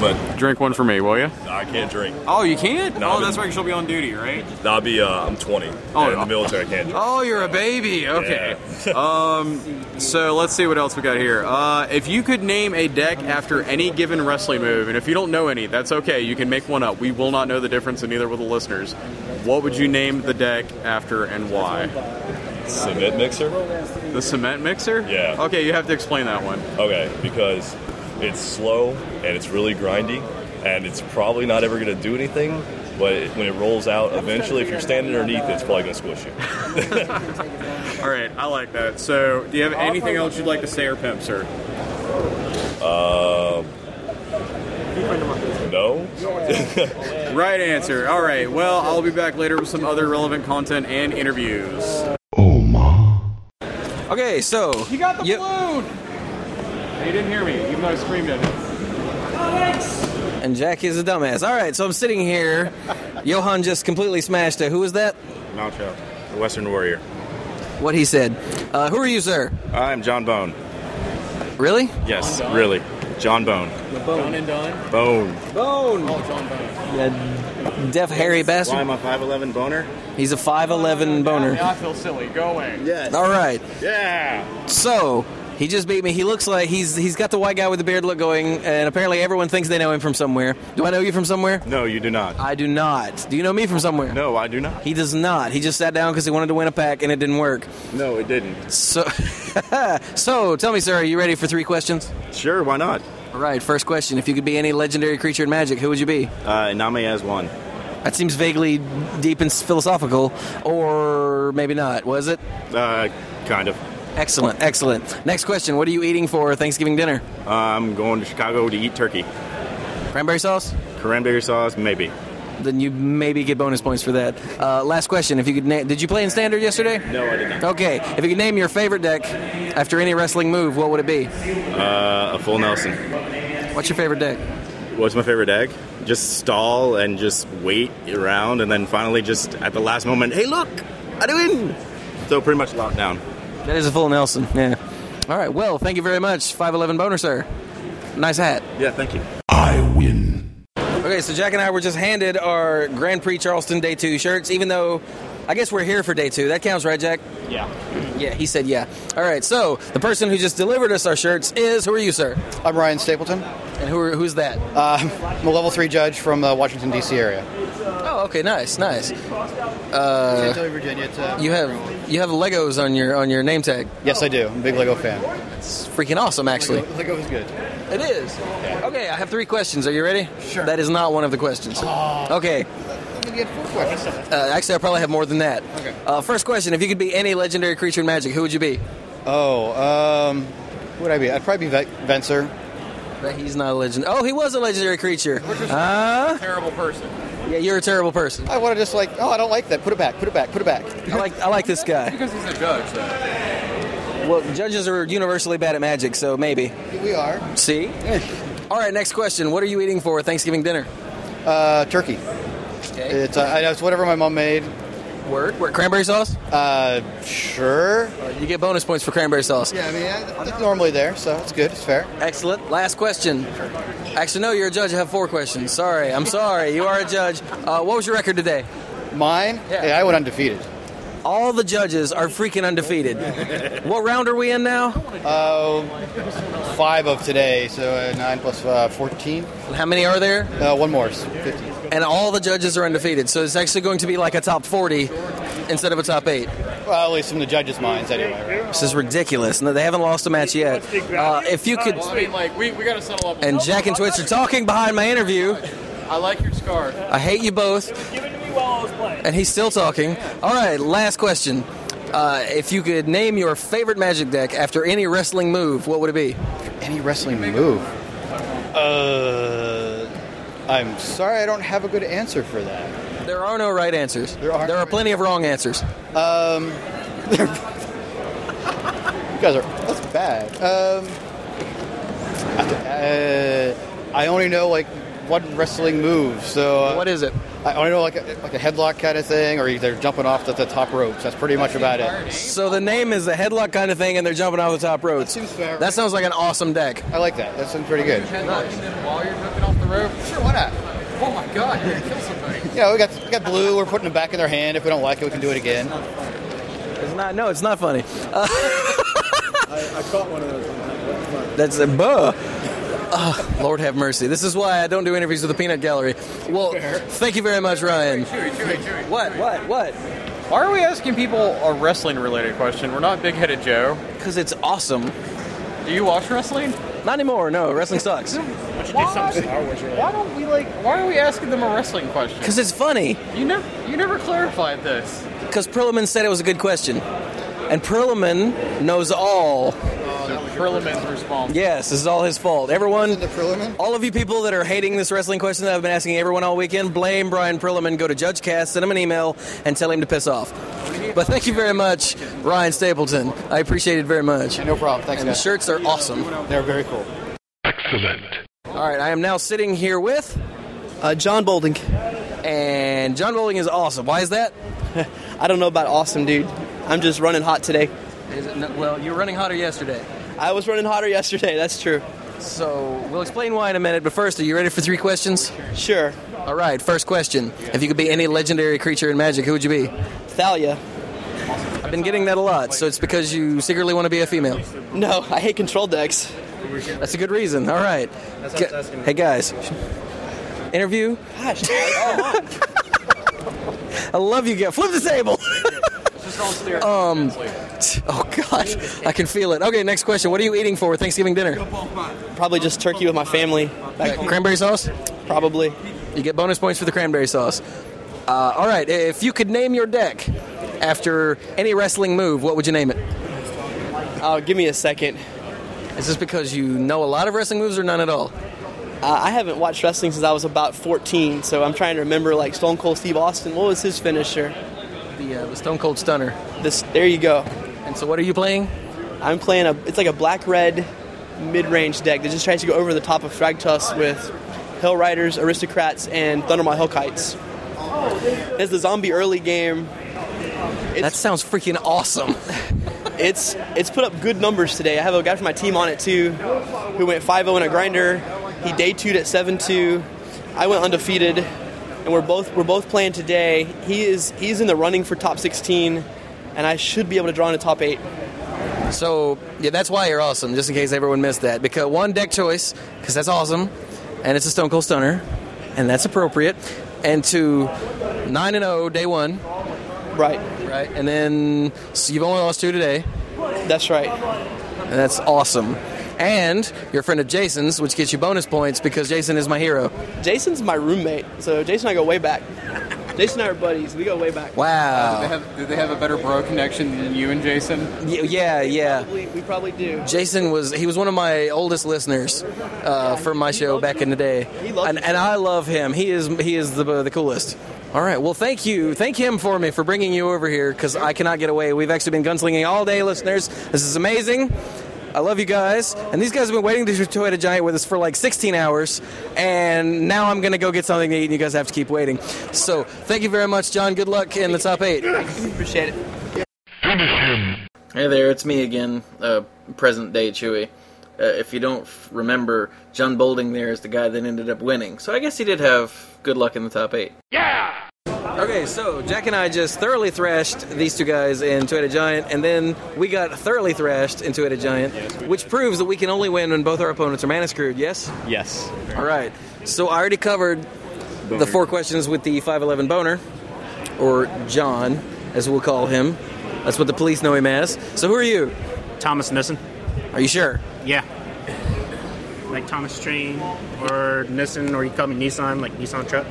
[SPEAKER 18] But
[SPEAKER 11] drink one for me, will you?
[SPEAKER 18] I can't drink.
[SPEAKER 17] Oh, you can't?
[SPEAKER 18] No,
[SPEAKER 17] oh,
[SPEAKER 18] but-
[SPEAKER 17] that's right. She'll be on duty, right?
[SPEAKER 18] I'll be. Uh, I'm 20.
[SPEAKER 17] Oh,
[SPEAKER 18] and in
[SPEAKER 17] no.
[SPEAKER 18] the military, I can't. Drink.
[SPEAKER 17] Oh, you're a baby. Okay. um, so let's see what else we got here. Uh, if you could name a deck after any given wrestling move, and if you don't know any, that's okay. You can make one up. We will not know the difference, and neither will the listeners. What would you name the deck after, and why?
[SPEAKER 18] Cement mixer.
[SPEAKER 17] The cement mixer.
[SPEAKER 18] Yeah.
[SPEAKER 17] Okay, you have to explain that one.
[SPEAKER 18] Okay, because it's slow and it's really grindy, and it's probably not ever gonna do anything. But it, when it rolls out, eventually, if you're standing underneath, it's probably gonna squish you.
[SPEAKER 17] All right, I like that. So, do you have anything else you'd like to say or pimp, sir?
[SPEAKER 19] Um,
[SPEAKER 18] Uh, no.
[SPEAKER 17] right answer. All right. Well, I'll be back later with some other relevant content and interviews.
[SPEAKER 1] Okay, so
[SPEAKER 17] You got the balloon! You didn't hear me, even though I screamed at him.
[SPEAKER 1] and Jack is a dumbass. All right, so I'm sitting here. Johan just completely smashed it. Who was that?
[SPEAKER 8] Malcho, the Western Warrior.
[SPEAKER 1] What he said. Uh, who are you, sir?
[SPEAKER 8] I'm John Bone.
[SPEAKER 1] Really?
[SPEAKER 8] Yes,
[SPEAKER 1] John Bone?
[SPEAKER 8] really. John Bone.
[SPEAKER 17] Bone and Don.
[SPEAKER 8] Bone.
[SPEAKER 1] Bone. deaf hairy bastard.
[SPEAKER 8] Why am I 5'11 boner?
[SPEAKER 1] He's a 5'11 boner.
[SPEAKER 17] feel silly. Go away.
[SPEAKER 8] Yes.
[SPEAKER 1] All right.
[SPEAKER 8] Yeah.
[SPEAKER 1] So he just beat me. He looks like he's he's got the white guy with the beard look going, and apparently everyone thinks they know him from somewhere. Do I know you from somewhere?
[SPEAKER 8] No, you do not.
[SPEAKER 1] I do not. Do you know me from somewhere?
[SPEAKER 8] No, I do not.
[SPEAKER 1] He does not. He just sat down because he wanted to win a pack, and it didn't work.
[SPEAKER 8] No, it didn't.
[SPEAKER 1] So, so tell me, sir, are you ready for three questions?
[SPEAKER 8] Sure, why not?
[SPEAKER 1] All right. First question: If you could be any legendary creature in Magic, who would you be?
[SPEAKER 8] Uh, Nami as one.
[SPEAKER 1] That seems vaguely deep and philosophical, or maybe not. Was it?
[SPEAKER 8] Uh, kind of.
[SPEAKER 1] Excellent, excellent. Next question: What are you eating for Thanksgiving dinner?
[SPEAKER 8] Uh, I'm going to Chicago to eat turkey.
[SPEAKER 1] Cranberry sauce?
[SPEAKER 8] Cranberry sauce, maybe.
[SPEAKER 1] Then you maybe get bonus points for that. Uh, last question: If you could, na- did you play in standard yesterday?
[SPEAKER 8] No, I did not.
[SPEAKER 1] Okay. If you could name your favorite deck after any wrestling move, what would it be?
[SPEAKER 8] Uh, a full Nelson.
[SPEAKER 1] What's your favorite deck?
[SPEAKER 8] What's my favorite egg? Just stall and just wait around, and then finally, just at the last moment, hey, look, I do win. So pretty much lockdown.
[SPEAKER 1] That is a full Nelson. Yeah. All right. Well, thank you very much, five eleven boner sir. Nice hat.
[SPEAKER 8] Yeah, thank you.
[SPEAKER 1] Okay, so Jack and I were just handed our Grand Prix Charleston Day 2 shirts, even though I guess we're here for Day 2. That counts, right, Jack?
[SPEAKER 8] Yeah.
[SPEAKER 1] Yeah, he said yeah. All right, so the person who just delivered us our shirts is who are you, sir?
[SPEAKER 20] I'm Ryan Stapleton.
[SPEAKER 1] And who are, who's that?
[SPEAKER 20] Uh, I'm a level three judge from the Washington D.C. area.
[SPEAKER 1] Oh, okay, nice, nice.
[SPEAKER 20] Chantilly,
[SPEAKER 1] Uh,
[SPEAKER 20] Virginia.
[SPEAKER 1] you have you have Legos on your on your name tag.
[SPEAKER 20] Yes, I do. I'm a big Lego fan.
[SPEAKER 1] It's freaking awesome, actually.
[SPEAKER 20] Lego, Lego is good.
[SPEAKER 1] It is. Okay, I have three questions. Are you ready? Sure. That is not one of the questions.
[SPEAKER 20] Oh.
[SPEAKER 1] Okay. Uh, actually, I probably have more than that. Okay. Uh, first question: If you could be any legendary creature in Magic, who would you be?
[SPEAKER 20] Oh, um, what would I be? I'd probably be Ve- Venser.
[SPEAKER 1] But he's not a legend. Oh, he was a legendary creature. Huh?
[SPEAKER 20] terrible person.
[SPEAKER 1] Yeah, you're a terrible person.
[SPEAKER 20] I want to just like, oh, I don't like that. Put it back. Put it back. Put it back.
[SPEAKER 1] I like I like this guy.
[SPEAKER 17] Because he's a judge, though.
[SPEAKER 1] Well, judges are universally bad at magic, so maybe.
[SPEAKER 20] We are.
[SPEAKER 1] See.
[SPEAKER 20] Eh.
[SPEAKER 1] All right. Next question: What are you eating for Thanksgiving dinner?
[SPEAKER 20] Uh, turkey.
[SPEAKER 1] Okay.
[SPEAKER 20] It's, uh, I know it's whatever my mom made.
[SPEAKER 1] Word. Word. Cranberry sauce? Uh,
[SPEAKER 20] Uh, sure.
[SPEAKER 1] You get bonus points for cranberry sauce.
[SPEAKER 20] Yeah, I mean, I- it's normally there, so it's good. It's fair.
[SPEAKER 1] Excellent. Last question. Actually, no, you're a judge. I have four questions. Sorry. I'm sorry. You are a judge. Uh, what was your record today?
[SPEAKER 20] Mine?
[SPEAKER 1] Yeah.
[SPEAKER 20] Hey, I went undefeated.
[SPEAKER 1] All the judges are freaking undefeated. what round are we in now?
[SPEAKER 20] Uh, five of today, so uh, nine plus uh, 14.
[SPEAKER 1] How many are there?
[SPEAKER 20] Uh, one more, so 50.
[SPEAKER 1] And all the judges are undefeated. So it's actually going to be like a top 40 instead of a top 8.
[SPEAKER 20] Well, at least in the judges' minds, anyway. Right?
[SPEAKER 1] This is ridiculous. No, they haven't lost a match yet. Uh, if you could.
[SPEAKER 19] I mean, like, we, we gotta settle up.
[SPEAKER 1] And Jack and Twitch are talking behind my interview.
[SPEAKER 19] I like your scarf.
[SPEAKER 1] I hate you both.
[SPEAKER 19] Give it to me while I was playing.
[SPEAKER 1] And he's still talking. All right, last question. Uh, if you could name your favorite magic deck after any wrestling move, what would it be?
[SPEAKER 10] Any wrestling move?
[SPEAKER 1] Uh,
[SPEAKER 10] I'm sorry, I don't have a good answer for that.
[SPEAKER 1] There are no right answers. There are. There are plenty of wrong answers.
[SPEAKER 10] Um, you guys are that's bad. Um, I, uh, I only know like one wrestling move, so uh,
[SPEAKER 1] what is it?
[SPEAKER 10] I only know like a, like a headlock kind of thing, or they're jumping off the, the top ropes. That's pretty much about it.
[SPEAKER 1] So the name is the headlock kind of thing, and they're jumping off the top ropes. That,
[SPEAKER 10] fair.
[SPEAKER 1] sounds like an awesome deck.
[SPEAKER 10] I like that. That sounds pretty good.
[SPEAKER 4] While you're hooking off the rope.
[SPEAKER 10] Sure, why not?
[SPEAKER 4] Oh my god, you're gonna kill somebody.
[SPEAKER 10] You know, we got we got blue. We're putting it back in their hand. If we don't like it, we can do it again.
[SPEAKER 1] It's not. No, it's not funny. Uh,
[SPEAKER 20] I caught one of those.
[SPEAKER 1] that's a buh. Ah, Lord have mercy. This is why I don't do interviews with the Peanut Gallery. Well, thank you very much, Ryan. What? What? What?
[SPEAKER 21] Why are we asking people a wrestling related question? We're not big headed Joe.
[SPEAKER 1] Because it's awesome.
[SPEAKER 21] Do you watch wrestling?
[SPEAKER 1] Not anymore. No, wrestling sucks.
[SPEAKER 21] Why, why don't we like? Why are we asking them a wrestling question?
[SPEAKER 1] Because it's funny.
[SPEAKER 21] You never, you never clarified this.
[SPEAKER 1] Because Perelman said it was a good question, and Perelman knows all.
[SPEAKER 21] Oh, Perelman's response.
[SPEAKER 1] Yes, this is all his fault. Everyone, all of you people that are hating this wrestling question that I've been asking everyone all weekend, blame Brian Perelman. Go to Judge Cast, send him an email, and tell him to piss off. But thank you very much, Ryan Stapleton. I appreciate it very much.
[SPEAKER 10] No problem. Thanks,
[SPEAKER 1] And the
[SPEAKER 10] guys.
[SPEAKER 1] shirts are awesome.
[SPEAKER 10] They're very cool.
[SPEAKER 1] Excellent. All right, I am now sitting here with uh, John Bolding, and John Bolding is awesome. Why is that?
[SPEAKER 22] I don't know about awesome, dude. I'm just running hot today.
[SPEAKER 1] Is it, no, well, you were running hotter yesterday.
[SPEAKER 22] I was running hotter yesterday, that's true.
[SPEAKER 1] So, we'll explain why in a minute, but first, are you ready for three questions?
[SPEAKER 22] Sure.
[SPEAKER 1] All right, first question. If you could be any legendary creature in magic, who would you be?
[SPEAKER 22] Thalia.
[SPEAKER 1] I've been getting that a lot, so it's because you secretly want to be a female.
[SPEAKER 22] No, I hate control decks.
[SPEAKER 1] That's a good reason. All right.
[SPEAKER 22] That's
[SPEAKER 1] G-
[SPEAKER 22] what I was asking.
[SPEAKER 1] hey, guys. Interview.
[SPEAKER 22] Gosh, Oh.
[SPEAKER 1] I love you, guys. Flip the table. um, oh, God. I can feel it. Okay, next question. What are you eating for Thanksgiving dinner?
[SPEAKER 22] Probably just turkey with my family.
[SPEAKER 1] Cranberry sauce?
[SPEAKER 22] Probably.
[SPEAKER 1] You get bonus points for the cranberry sauce. Uh, all right, if you could name your deck after any wrestling move, what would you name it?
[SPEAKER 22] Oh, give me a second.
[SPEAKER 1] Is this because you know a lot of wrestling moves or none at all?
[SPEAKER 22] Uh, I haven't watched wrestling since I was about 14, so I'm trying to remember like Stone Cold Steve Austin. What was his finisher?
[SPEAKER 1] The, uh, the Stone Cold Stunner.
[SPEAKER 22] This, there you go.
[SPEAKER 1] And so, what are you playing?
[SPEAKER 22] I'm playing a. It's like a black red mid range deck that just tries to go over the top of Fragtus with Hell Riders, Aristocrats, and Thundermont Hellkites. It's the zombie early game.
[SPEAKER 1] that sounds freaking awesome.
[SPEAKER 22] it's it's put up good numbers today. I have a guy from my team on it too, who went 5-0 in a grinder. He day two'd at 7-2. I went undefeated, and we're both we're both playing today. He is he's in the running for top 16, and I should be able to draw into top eight.
[SPEAKER 1] So, yeah, that's why you're awesome, just in case everyone missed that. Because one deck choice, because that's awesome, and it's a Stone Cold Stunner, and that's appropriate. And two, 9 and 0, day one.
[SPEAKER 22] Right.
[SPEAKER 1] Right. And then, so you've only lost two today.
[SPEAKER 22] That's right.
[SPEAKER 1] And that's awesome. And you're a friend of Jason's, which gets you bonus points because Jason is my hero.
[SPEAKER 22] Jason's my roommate, so Jason and I go way back. Jason and I are buddies. We go way back.
[SPEAKER 1] Wow.
[SPEAKER 21] Do they have, do they have a better bro connection than you and Jason?
[SPEAKER 1] Y- yeah, yeah.
[SPEAKER 22] We, we probably do.
[SPEAKER 1] Jason was he was one of my oldest listeners uh, from my show back in the day, and, and I love him. He is he is the the coolest. All right, well, thank you, thank him for me for bringing you over here because I cannot get away. We've actually been gunslinging all day, listeners. This is amazing. I love you guys, and these guys have been waiting to shoot at a giant with us for like 16 hours, and now I'm gonna go get something to eat, and you guys have to keep waiting. So, thank you very much, John. Good luck in the top eight.
[SPEAKER 22] Appreciate it.
[SPEAKER 23] Hey there, it's me again, uh, present day Chewy. Uh, if you don't f- remember, John Bolding there is the guy that ended up winning, so I guess he did have good luck in the top eight.
[SPEAKER 1] Okay, so Jack and I just thoroughly thrashed these two guys in Two Headed Giant, and then we got thoroughly thrashed in Two Headed Giant, which proves that we can only win when both our opponents are mana screwed, yes?
[SPEAKER 15] Yes.
[SPEAKER 1] All right, so I already covered the four questions with the 5'11 boner, or John, as we'll call him. That's what the police know him as. So who are you?
[SPEAKER 24] Thomas Nissen.
[SPEAKER 1] Are you sure?
[SPEAKER 24] Yeah. Like Thomas Train or Nissan, or you call me Nissan, like Nissan truck.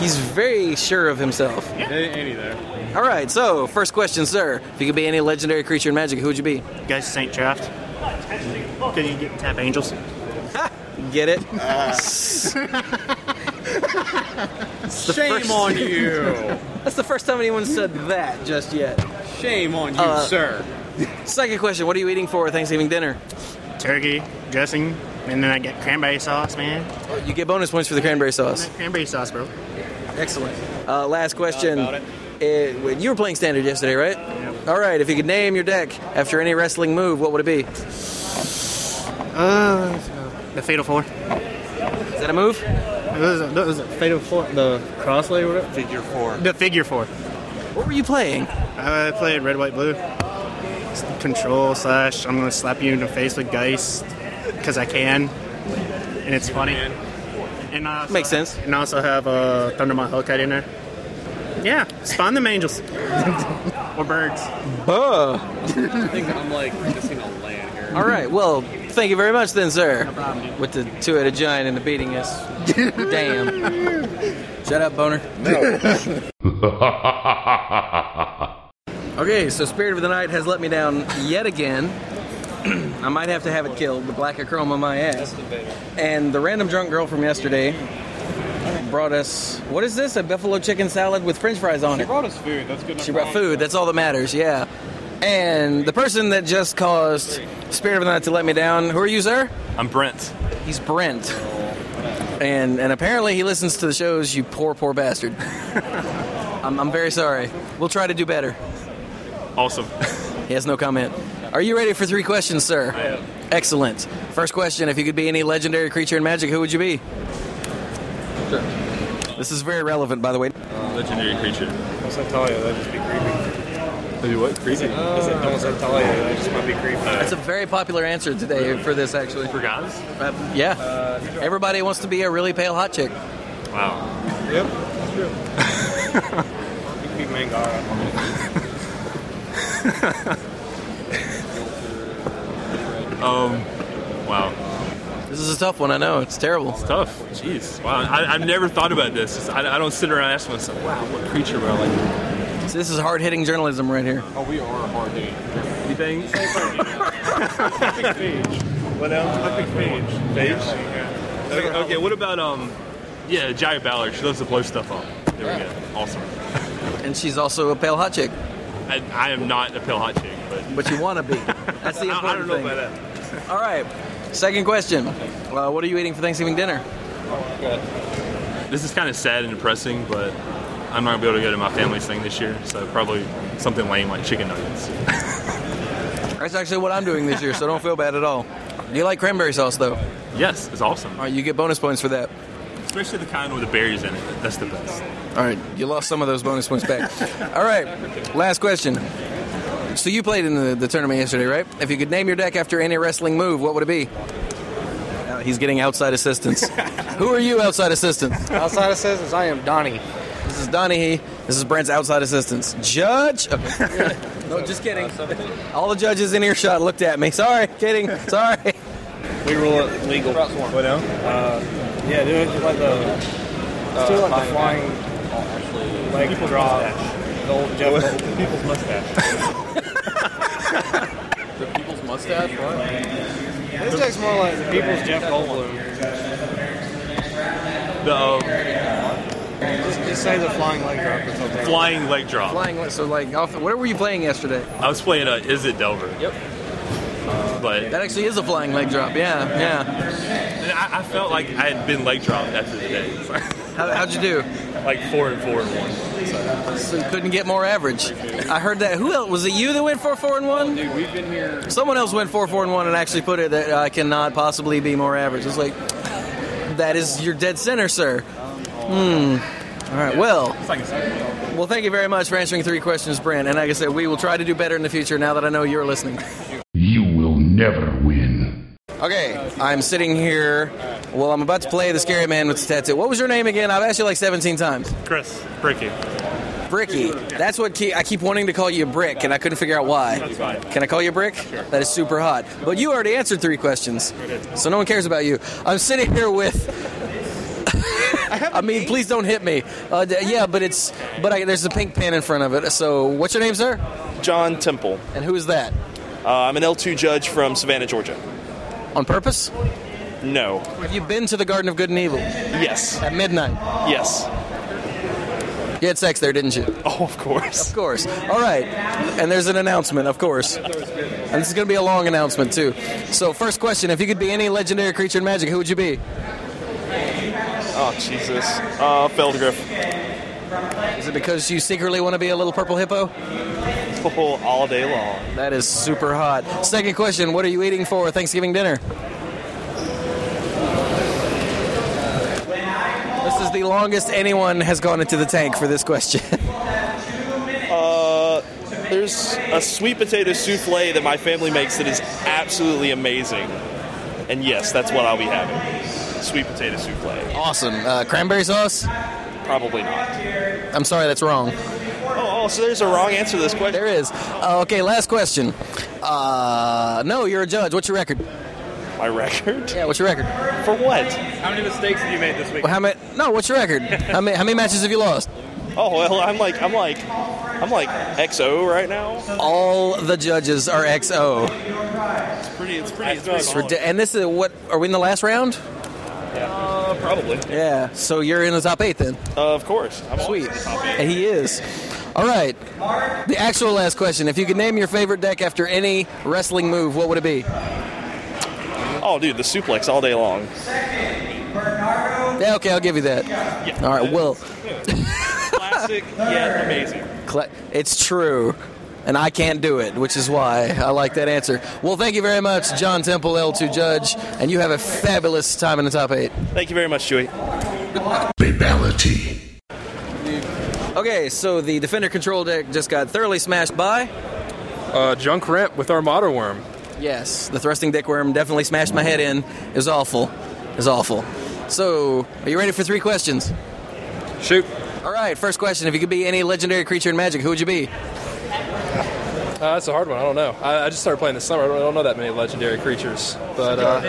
[SPEAKER 1] He's very sure of himself.
[SPEAKER 24] Yeah.
[SPEAKER 1] All All right, so first question, sir. If you could be any legendary creature in magic, who would you be?
[SPEAKER 24] Guys, Saint Draft. Because you get tap angels.
[SPEAKER 1] Get it?
[SPEAKER 11] Ah.
[SPEAKER 24] It's the
[SPEAKER 23] Shame
[SPEAKER 24] first-
[SPEAKER 23] on you. That's the first time anyone said that just yet. Shame on
[SPEAKER 24] you, sir.
[SPEAKER 1] Uh, Second question: What are you eating for Thanksgiving dinner?
[SPEAKER 24] Turkey dressing, and then I get cranberry sauce, man.
[SPEAKER 1] Oh, You get bonus points for the cranberry sauce.
[SPEAKER 24] Cranberry sauce, bro.
[SPEAKER 1] Excellent. Uh, last question. Uh, wait, you were playing standard yesterday, right? All right. If you could name your deck after any wrestling move, what would it be?
[SPEAKER 24] Uh, the Fatal Four. Is
[SPEAKER 1] that a move?
[SPEAKER 24] It was a, that was a Fatal Four. The crosslay, or whatever. Figure Four. The Figure Four. What
[SPEAKER 1] were you playing?
[SPEAKER 24] I played Red, White, Blue. It's the Control slash. I'm gonna slap you in the face with Geist because I can, and it's funny. And uh, I also,
[SPEAKER 1] Makes sense.
[SPEAKER 24] And I also have uh, Thunder My Hellcat in there. Yeah, spawn them angels or birds.
[SPEAKER 1] Buh.
[SPEAKER 16] I think I'm like missing a land here.
[SPEAKER 1] All right. Well, thank you very much, then, sir. With the two-headed giant and the beating us. Damn. Shut up, boner. Okay, so Spirit of the Night has let me down yet again. I might have to have it killed, the black chrome on my ass. And the random drunk girl from yesterday brought us what is this? A buffalo chicken salad with french fries on
[SPEAKER 16] She
[SPEAKER 1] it.
[SPEAKER 16] brought us food. That's good enough.
[SPEAKER 1] She brought food, that's all that matters, yeah. And the person that just caused Spirit of the Night to let me down, who are you, sir?
[SPEAKER 18] I'm Brent.
[SPEAKER 1] He's Brent. And and apparently he listens to the shows, you poor, poor bastard. I'm, I'm very sorry. We'll try to do better.
[SPEAKER 18] Awesome.
[SPEAKER 1] He has no comment. Are you ready for three questions, sir? I am. Excellent. First question If you could be any legendary creature in magic, who would you be? This is very relevant, by the way.
[SPEAKER 18] Legendary creature.
[SPEAKER 2] Don't say Talia, that'd just be creepy.
[SPEAKER 18] Maybe what? Creepy. Uh,
[SPEAKER 2] I said, don't say Talia, that just might be creepy.
[SPEAKER 1] That's a very popular answer today for this, actually. For guys? Uh, yeah. Everybody wants to be a really pale hot chick. Wow.
[SPEAKER 2] Yep, that's true. you could be Mangara.
[SPEAKER 18] Um, wow.
[SPEAKER 1] This is a tough one, I know. It's terrible. It's
[SPEAKER 18] tough. Jeez. Wow. I, I've never thought about this. It's- I, I don't sit around and ask myself, wow, what creature would I like?
[SPEAKER 1] So this is hard hitting journalism right here.
[SPEAKER 18] Oh, we are hard hitting. You think? what else? I think Paige. Okay, okay, what about, um, yeah, Jaya Ballard. She loves to blow stuff up. There we go. Awesome.
[SPEAKER 1] And she's also a pale hot chick.
[SPEAKER 18] I, I am not a pill hot chick, but.
[SPEAKER 1] But you want to be. That's the important
[SPEAKER 18] I, I don't know
[SPEAKER 1] thing.
[SPEAKER 18] about that.
[SPEAKER 1] All right. Second question. Uh, what are you eating for Thanksgiving dinner?
[SPEAKER 18] This is kind of sad and depressing, but I'm not gonna be able to go to my family's thing this year, so probably something lame like chicken nuggets.
[SPEAKER 1] That's actually what I'm doing this year, so don't feel bad at all. Do you like cranberry sauce, though?
[SPEAKER 18] Yes, it's awesome. All
[SPEAKER 1] right, you get bonus points for that.
[SPEAKER 18] Especially the kind with the berries in it. That's the best.
[SPEAKER 1] All right, you lost some of those bonus points back. all right, last question. So you played in the, the tournament yesterday, right? If you could name your deck after any wrestling move, what would it be? Uh, he's getting outside assistance. Who are you, outside assistance?
[SPEAKER 5] Outside assistance, I am Donnie.
[SPEAKER 1] This is Donnie. This is Brent's outside assistance. Judge. no, just kidding. All the judges in earshot looked at me. Sorry, kidding. Sorry.
[SPEAKER 2] We rule it legal. What now? Uh, yeah, do it like the. Uh,
[SPEAKER 5] do it like the
[SPEAKER 2] flying. Actually, leg people's drop. mustache. The old Jeff People's mustache.
[SPEAKER 16] The people's mustache. What?
[SPEAKER 5] This deck's more like people's Jeff
[SPEAKER 18] Goldblum. The um,
[SPEAKER 5] Just, just say the flying leg drop or something.
[SPEAKER 18] flying leg drop.
[SPEAKER 1] Flying. So like, off, where were you playing yesterday?
[SPEAKER 18] I was playing uh, Is It Delver. Yep. But
[SPEAKER 1] That actually is a flying leg drop. Yeah, yeah.
[SPEAKER 18] and I, I felt like I had been leg dropped after the day. How,
[SPEAKER 1] how'd you do?
[SPEAKER 18] Like four and four and one. So.
[SPEAKER 1] So couldn't get more average. I heard that. Who else? Was it you that went four, four, and
[SPEAKER 5] Oh,
[SPEAKER 1] one?
[SPEAKER 16] Dude, we've been here.
[SPEAKER 1] Someone else went four, four, and one, and actually put it that I cannot possibly be more average. It's like that is your dead center, sir. Hmm. All right. Well. Well, thank you very much for answering three questions, Brent. And like I said, we will try to do better in the future. Now that I know you're listening.
[SPEAKER 3] You will never win.
[SPEAKER 1] Okay, I'm sitting here. Well, I'm about to play the scary man with the tattoo. What was your name again? I've asked you like 17 times.
[SPEAKER 2] Chris, Bricky.
[SPEAKER 1] Bricky. That's what ke- I keep wanting to call you Brick, and I couldn't figure out why.
[SPEAKER 2] That's fine.
[SPEAKER 1] Can I call you Brick? That is super hot. But you already answered three questions, so no one cares about you. I'm sitting here with. I mean, please don't hit me. Uh, d- yeah, but it's but I, there's a pink pen in front of it. So what's your name, sir?
[SPEAKER 7] John Temple.
[SPEAKER 1] And who is that?
[SPEAKER 7] Uh, I'm an L2 judge from Savannah, Georgia.
[SPEAKER 1] On purpose?
[SPEAKER 7] No.
[SPEAKER 1] Have you been to the Garden of Good and Evil?
[SPEAKER 7] Yes.
[SPEAKER 1] At midnight.
[SPEAKER 7] Yes.
[SPEAKER 1] You had sex there, didn't you?
[SPEAKER 7] Oh, of course.
[SPEAKER 1] Of course. All right. And there's an announcement, of course. And this is going to be a long announcement, too. So, first question if you could be any legendary creature in magic, who would you be?
[SPEAKER 7] Oh, Jesus. Uh, Feldgriff.
[SPEAKER 1] Is it because you secretly want to be a little purple hippo?
[SPEAKER 7] all day long.
[SPEAKER 1] That is super hot. Second question What are you eating for Thanksgiving dinner? This is the longest anyone has gone into the tank for this question.
[SPEAKER 7] Uh, there's a sweet potato souffle that my family makes that is absolutely amazing. And yes, that's what I'll be having. Sweet potato souffle.
[SPEAKER 1] awesome. Uh, cranberry sauce?
[SPEAKER 7] Probably not.
[SPEAKER 1] I'm sorry, that's wrong.
[SPEAKER 7] Oh, oh, so there's a wrong answer to this question.
[SPEAKER 1] There is. Uh, okay, last question. Uh, no, you're a judge. What's your record?
[SPEAKER 7] My record?
[SPEAKER 1] Yeah, what's your record?
[SPEAKER 7] For what?
[SPEAKER 2] How many mistakes have you made this week?
[SPEAKER 1] Well, how many? No, what's your record? how many? How many matches have you lost?
[SPEAKER 7] Oh well, I'm like I'm like I'm like XO right now.
[SPEAKER 1] All the judges are XO.
[SPEAKER 7] It's pretty. It's pretty. It's
[SPEAKER 1] It's ridi- and this is what? Are we in the last round?
[SPEAKER 7] Uh, probably.
[SPEAKER 1] Yeah. So you're in the top eight then.
[SPEAKER 7] Uh, of course. I'm
[SPEAKER 1] Sweet. And he is. All right. The actual last question: If you could name your favorite deck after any wrestling move, what would it be?
[SPEAKER 7] Oh, dude, the suplex all day long.
[SPEAKER 1] Yeah. Okay, I'll give you that. All right. Well,
[SPEAKER 7] Classic yet amazing.
[SPEAKER 1] Cla- It's true. And I can't do it, which is why I like that answer. Well, thank you very much, John Temple, L2 Judge, and you have a fabulous time in the top eight.
[SPEAKER 7] Thank you very much, Chewy.
[SPEAKER 3] Babality.
[SPEAKER 1] Okay, so the Defender Control deck just got thoroughly smashed by.
[SPEAKER 8] Uh, junk ramp with Armada Worm.
[SPEAKER 1] Yes, the Thrusting Dick Worm definitely smashed my head in. It was awful. It was awful. So, are you ready for three questions?
[SPEAKER 8] Shoot.
[SPEAKER 1] All right, first question. If you could be any legendary creature in magic, who would you be?
[SPEAKER 8] Uh, that's a hard one. I don't know. I, I just started playing this summer. I don't, I don't know that many legendary creatures, but uh,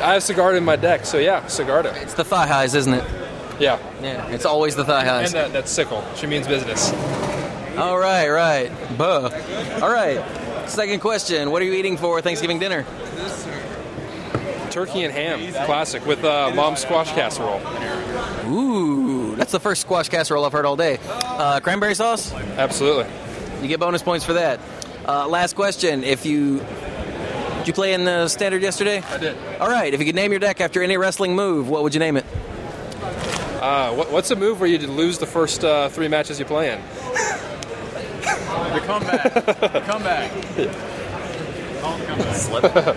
[SPEAKER 8] I have Sigarda in my deck, so yeah, Sigarda.
[SPEAKER 1] It's the thigh highs, isn't it?
[SPEAKER 8] Yeah.
[SPEAKER 1] Yeah. It's always the thigh highs.
[SPEAKER 8] And that, that sickle. She means business.
[SPEAKER 1] All right, right. Buh. All right. Second question. What are you eating for Thanksgiving dinner?
[SPEAKER 8] Turkey and ham, classic, with uh, mom squash casserole.
[SPEAKER 1] Ooh, that's the first squash casserole I've heard all day. Uh, cranberry sauce?
[SPEAKER 8] Absolutely.
[SPEAKER 1] You get bonus points for that. Uh, last question. If you. Did you play in the standard yesterday? I
[SPEAKER 8] did.
[SPEAKER 1] All right. If you could name your deck after any wrestling move, what would you name it?
[SPEAKER 8] Uh, what, what's a move where you lose the first uh, three matches you play in?
[SPEAKER 2] The comeback. comeback.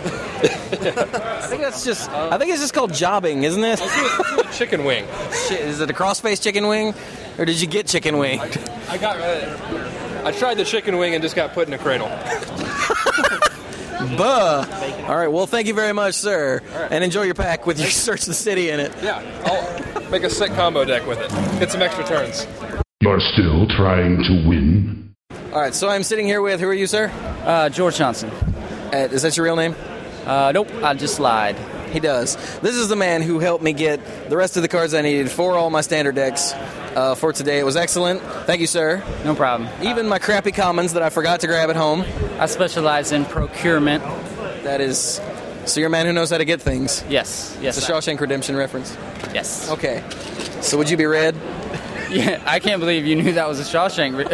[SPEAKER 1] I think that's just. I think it's just called jobbing, isn't it?
[SPEAKER 8] chicken wing.
[SPEAKER 1] Shit, is it a crossface chicken wing, or did you get chicken wing?
[SPEAKER 8] I got. Uh, I tried the chicken wing and just got put in a cradle.
[SPEAKER 1] Buh. All right. Well, thank you very much, sir, and enjoy your pack with your search the city in it.
[SPEAKER 8] Yeah, I'll make a sick combo deck with it. Get some extra turns.
[SPEAKER 3] You're still trying to win?
[SPEAKER 1] All right. So I'm sitting here with who are you, sir?
[SPEAKER 9] Uh, George Johnson.
[SPEAKER 1] is that your real name?
[SPEAKER 9] Uh, nope, I just lied.
[SPEAKER 1] He does. This is the man who helped me get the rest of the cards I needed for all my standard decks uh, for today. It was excellent. Thank you, sir.
[SPEAKER 9] No problem.
[SPEAKER 1] Even my crappy commons that I forgot to grab at home.
[SPEAKER 9] I specialize in procurement.
[SPEAKER 1] That is. So you're a man who knows how to get things.
[SPEAKER 9] Yes. Yes.
[SPEAKER 1] It's a Shawshank Redemption reference.
[SPEAKER 9] Yes.
[SPEAKER 1] Okay. So would you be red?
[SPEAKER 9] Yeah, I can't believe you knew that was a Shawshank. re-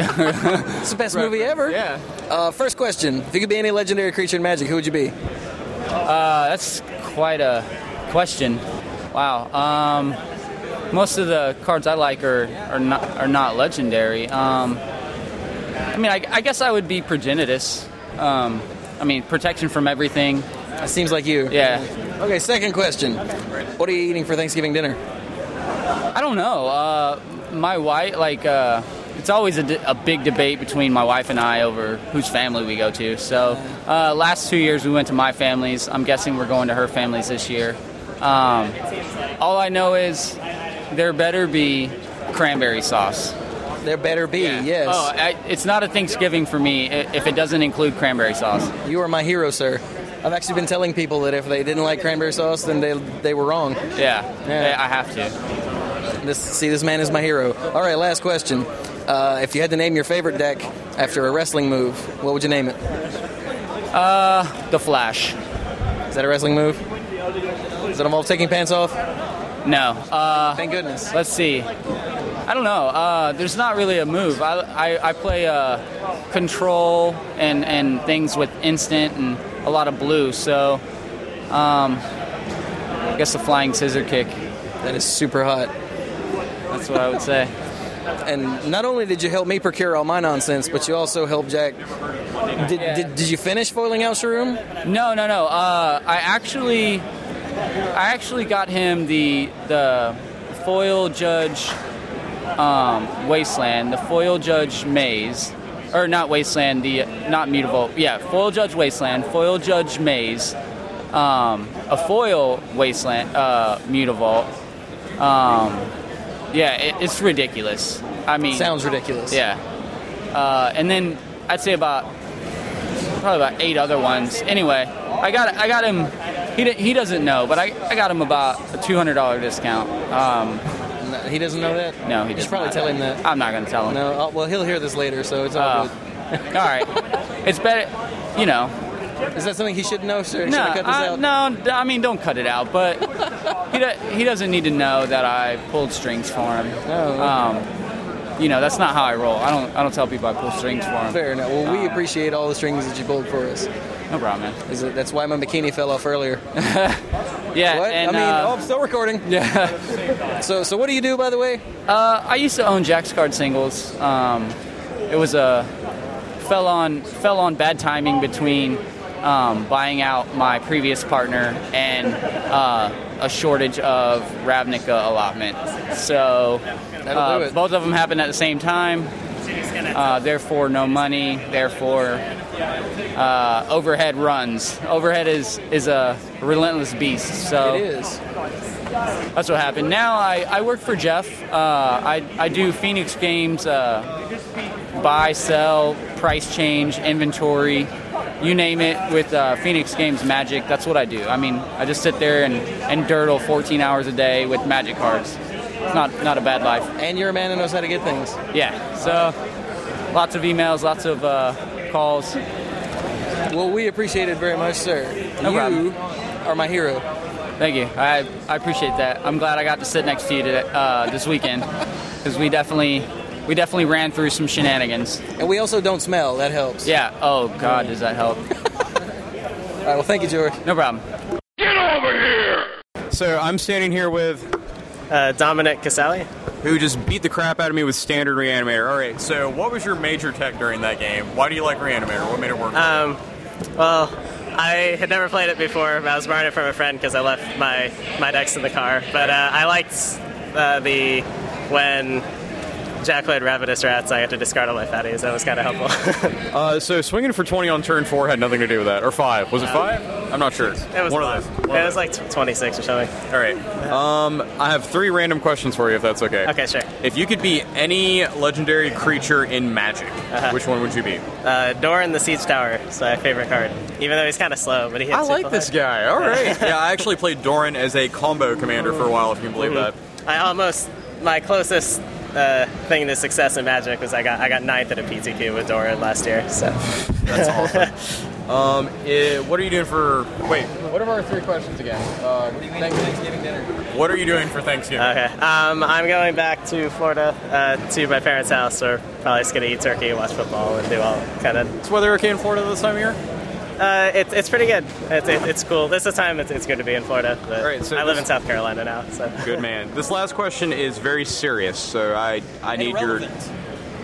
[SPEAKER 1] It's the best movie ever. Yeah. Uh, first question: If you could be any legendary creature in Magic, who would you be?
[SPEAKER 9] uh, that's quite a question. Wow. Um, most of the cards I like are, are not are not legendary. Um, I mean, I, I guess I would be Progenitus. Um, I mean, protection from everything.
[SPEAKER 1] It seems like you.
[SPEAKER 9] Yeah.
[SPEAKER 1] Okay. Second question: What are you eating for Thanksgiving dinner?
[SPEAKER 9] I don't know. Uh, my wife, like, uh, it's always a, de- a big debate between my wife and I over whose family we go to. So, uh, last two years we went to my family's. I'm guessing we're going to her family's this year. Um, all I know is there better be cranberry sauce.
[SPEAKER 1] There better be, yes.
[SPEAKER 9] Oh, I, it's not a Thanksgiving for me i- if it doesn't include cranberry sauce.
[SPEAKER 1] You are my hero, sir. I've actually been telling people that if they didn't like cranberry sauce, then they they were wrong.
[SPEAKER 9] Yeah,
[SPEAKER 1] Yeah.
[SPEAKER 9] I have to.
[SPEAKER 1] This, see, this man is my hero. All right, last question. Uh, if you had to name your favorite deck after a wrestling move, what would you name it? Uh,
[SPEAKER 9] the Flash.
[SPEAKER 1] Is that a wrestling move? Does it involve taking pants off?
[SPEAKER 9] No. Uh,
[SPEAKER 1] Thank goodness.
[SPEAKER 9] Let's see. I don't know. Uh, there's not really a move. I, I, I play uh, control and, and things with instant and a lot of blue. So um, I guess the flying scissor kick.
[SPEAKER 1] That is super hot.
[SPEAKER 9] That's what I would say.
[SPEAKER 1] And not only did you help me procure all my nonsense, but you also helped Jack. Did, did, did you finish foiling out Sharoom?
[SPEAKER 9] No, no, no. Uh, I actually, I actually got him the the foil judge um, wasteland, the foil judge maze, or not wasteland, the not mutable. Yeah, foil judge wasteland, foil judge maze, um, a foil wasteland uh, mutavault. Um, yeah, it, it's ridiculous. I mean,
[SPEAKER 1] Sounds ridiculous.
[SPEAKER 9] Yeah, uh, and then I'd say about probably about eight other ones. Anyway, I got I got him. He, di- he doesn't know, but I, I got him about a two hundred dollar discount. Um,
[SPEAKER 1] he doesn't know that.
[SPEAKER 9] No, he
[SPEAKER 1] You
[SPEAKER 9] does
[SPEAKER 1] should probably
[SPEAKER 9] not.
[SPEAKER 1] tell him that.
[SPEAKER 9] I'm not going to tell him.
[SPEAKER 1] No, uh, well, he'll hear this later, so it's all
[SPEAKER 9] Oh.
[SPEAKER 1] good.
[SPEAKER 9] all right, it's better. You know,
[SPEAKER 1] is that something he should know, sir? Should
[SPEAKER 9] no,
[SPEAKER 1] I cut this
[SPEAKER 9] I-
[SPEAKER 1] out?
[SPEAKER 9] no, d- I mean don't cut it out, but he do- he doesn't need to know that I pulled strings for him.
[SPEAKER 1] Oh,
[SPEAKER 9] um, you know, that's not how I roll. I don't I don't tell people I pull strings for him. Uh,
[SPEAKER 1] Fair enough. Well, we appreciate all the strings that you pulled for us.
[SPEAKER 9] No problem, man.
[SPEAKER 1] Is it, that's why my bikini fell off earlier.
[SPEAKER 9] Yeah,
[SPEAKER 1] What?
[SPEAKER 9] and
[SPEAKER 1] I mean,
[SPEAKER 9] uh,
[SPEAKER 1] oh, I'm still recording.
[SPEAKER 9] Yeah.
[SPEAKER 1] So, so what do you do, by the way?
[SPEAKER 9] Uh, I used to own Jack's Card Singles. Um, it was a fell on fell on bad timing between um, buying out my previous partner and uh, a shortage of Ravnica allotment. So
[SPEAKER 1] That'll
[SPEAKER 9] uh,
[SPEAKER 1] do it.
[SPEAKER 9] both of them happened at the same time. Uh, therefore, no money. Therefore, uh, overhead runs. Overhead is is a relentless beast. So
[SPEAKER 1] It is.
[SPEAKER 9] that's what happened. Now I, I work for Jeff. Uh, I, I do Phoenix Games uh, buy, sell, price change, inventory, you name it, with uh, Phoenix Games Magic. That's what I do. I mean, I just sit there and, and dirtle 14 hours a day with Magic cards. It's not, not a bad life.
[SPEAKER 1] And you're a man who knows how to get things.
[SPEAKER 9] Yeah, so lots of emails, lots of uh, calls.
[SPEAKER 1] Well, we appreciate it very much, sir.
[SPEAKER 9] No
[SPEAKER 1] you
[SPEAKER 9] problem.
[SPEAKER 1] are my hero.
[SPEAKER 9] Thank you. I, I appreciate that. I'm glad I got to sit next to you today, uh, this weekend because we definitely we definitely ran through some shenanigans.
[SPEAKER 1] And we also don't smell. That helps.
[SPEAKER 9] Yeah. Oh God, does that help?
[SPEAKER 1] All right. Well, thank you, George.
[SPEAKER 9] No problem.
[SPEAKER 17] So I'm standing here with
[SPEAKER 21] uh, Dominic Casali,
[SPEAKER 17] who just beat the crap out of me with standard reanimator. All right,
[SPEAKER 21] So, what was your major tech during that game? Why do you like Reanimator? What made it work? Um, well, I had never played it before. but I was borrowing it from a friend because I left my my decks in the car. But uh, I liked uh, the when Jack played Ravenous Rats, I had to discard all my fatties. That was kind of helpful.
[SPEAKER 17] uh, so swinging for 20 on turn four had nothing to do with that, or five? Was it five? I'm not sure.
[SPEAKER 21] it was
[SPEAKER 17] One of
[SPEAKER 21] close.
[SPEAKER 17] those.
[SPEAKER 21] It was like tw- 26 or something. All right.
[SPEAKER 17] Um, I have three random questions for you, if that's okay.
[SPEAKER 21] Okay, sure.
[SPEAKER 17] If you could be any legendary creature in Magic, which one would you be?
[SPEAKER 21] Uh-huh. Uh, Doran the Siege Tower is my favorite card. Even though he's kind of slow, but he hits
[SPEAKER 17] I like
[SPEAKER 21] people
[SPEAKER 17] this
[SPEAKER 21] hard. Uh-huh.
[SPEAKER 17] guy. All right.
[SPEAKER 21] Yeah.
[SPEAKER 17] yeah, I actually played Doran as a combo commander for a while, if you can believe that.
[SPEAKER 21] I almost my closest uh, thing to success in Magic was I got I got ninth at a PTQ with Doran last year. So
[SPEAKER 17] that's awesome. Um, eh, what are you doing for? Wait,
[SPEAKER 21] What are our three questions again? Uh, Thanksgiving dinner.
[SPEAKER 17] what are you doing for Thanksgiving?
[SPEAKER 21] Okay, um, I'm going back to Florida uh, to my parents' house. We're probably just gonna eat turkey, watch football, and do all kind of. It's
[SPEAKER 17] weather okay in Florida this time of year?
[SPEAKER 21] Uh, it, it's pretty good. It's, it, it's cool. This is time it's, it's good to be in Florida. But
[SPEAKER 17] Right, so
[SPEAKER 21] I live in
[SPEAKER 17] this-
[SPEAKER 21] South Carolina now. So
[SPEAKER 17] Good man. This last question is very serious, so I I need your.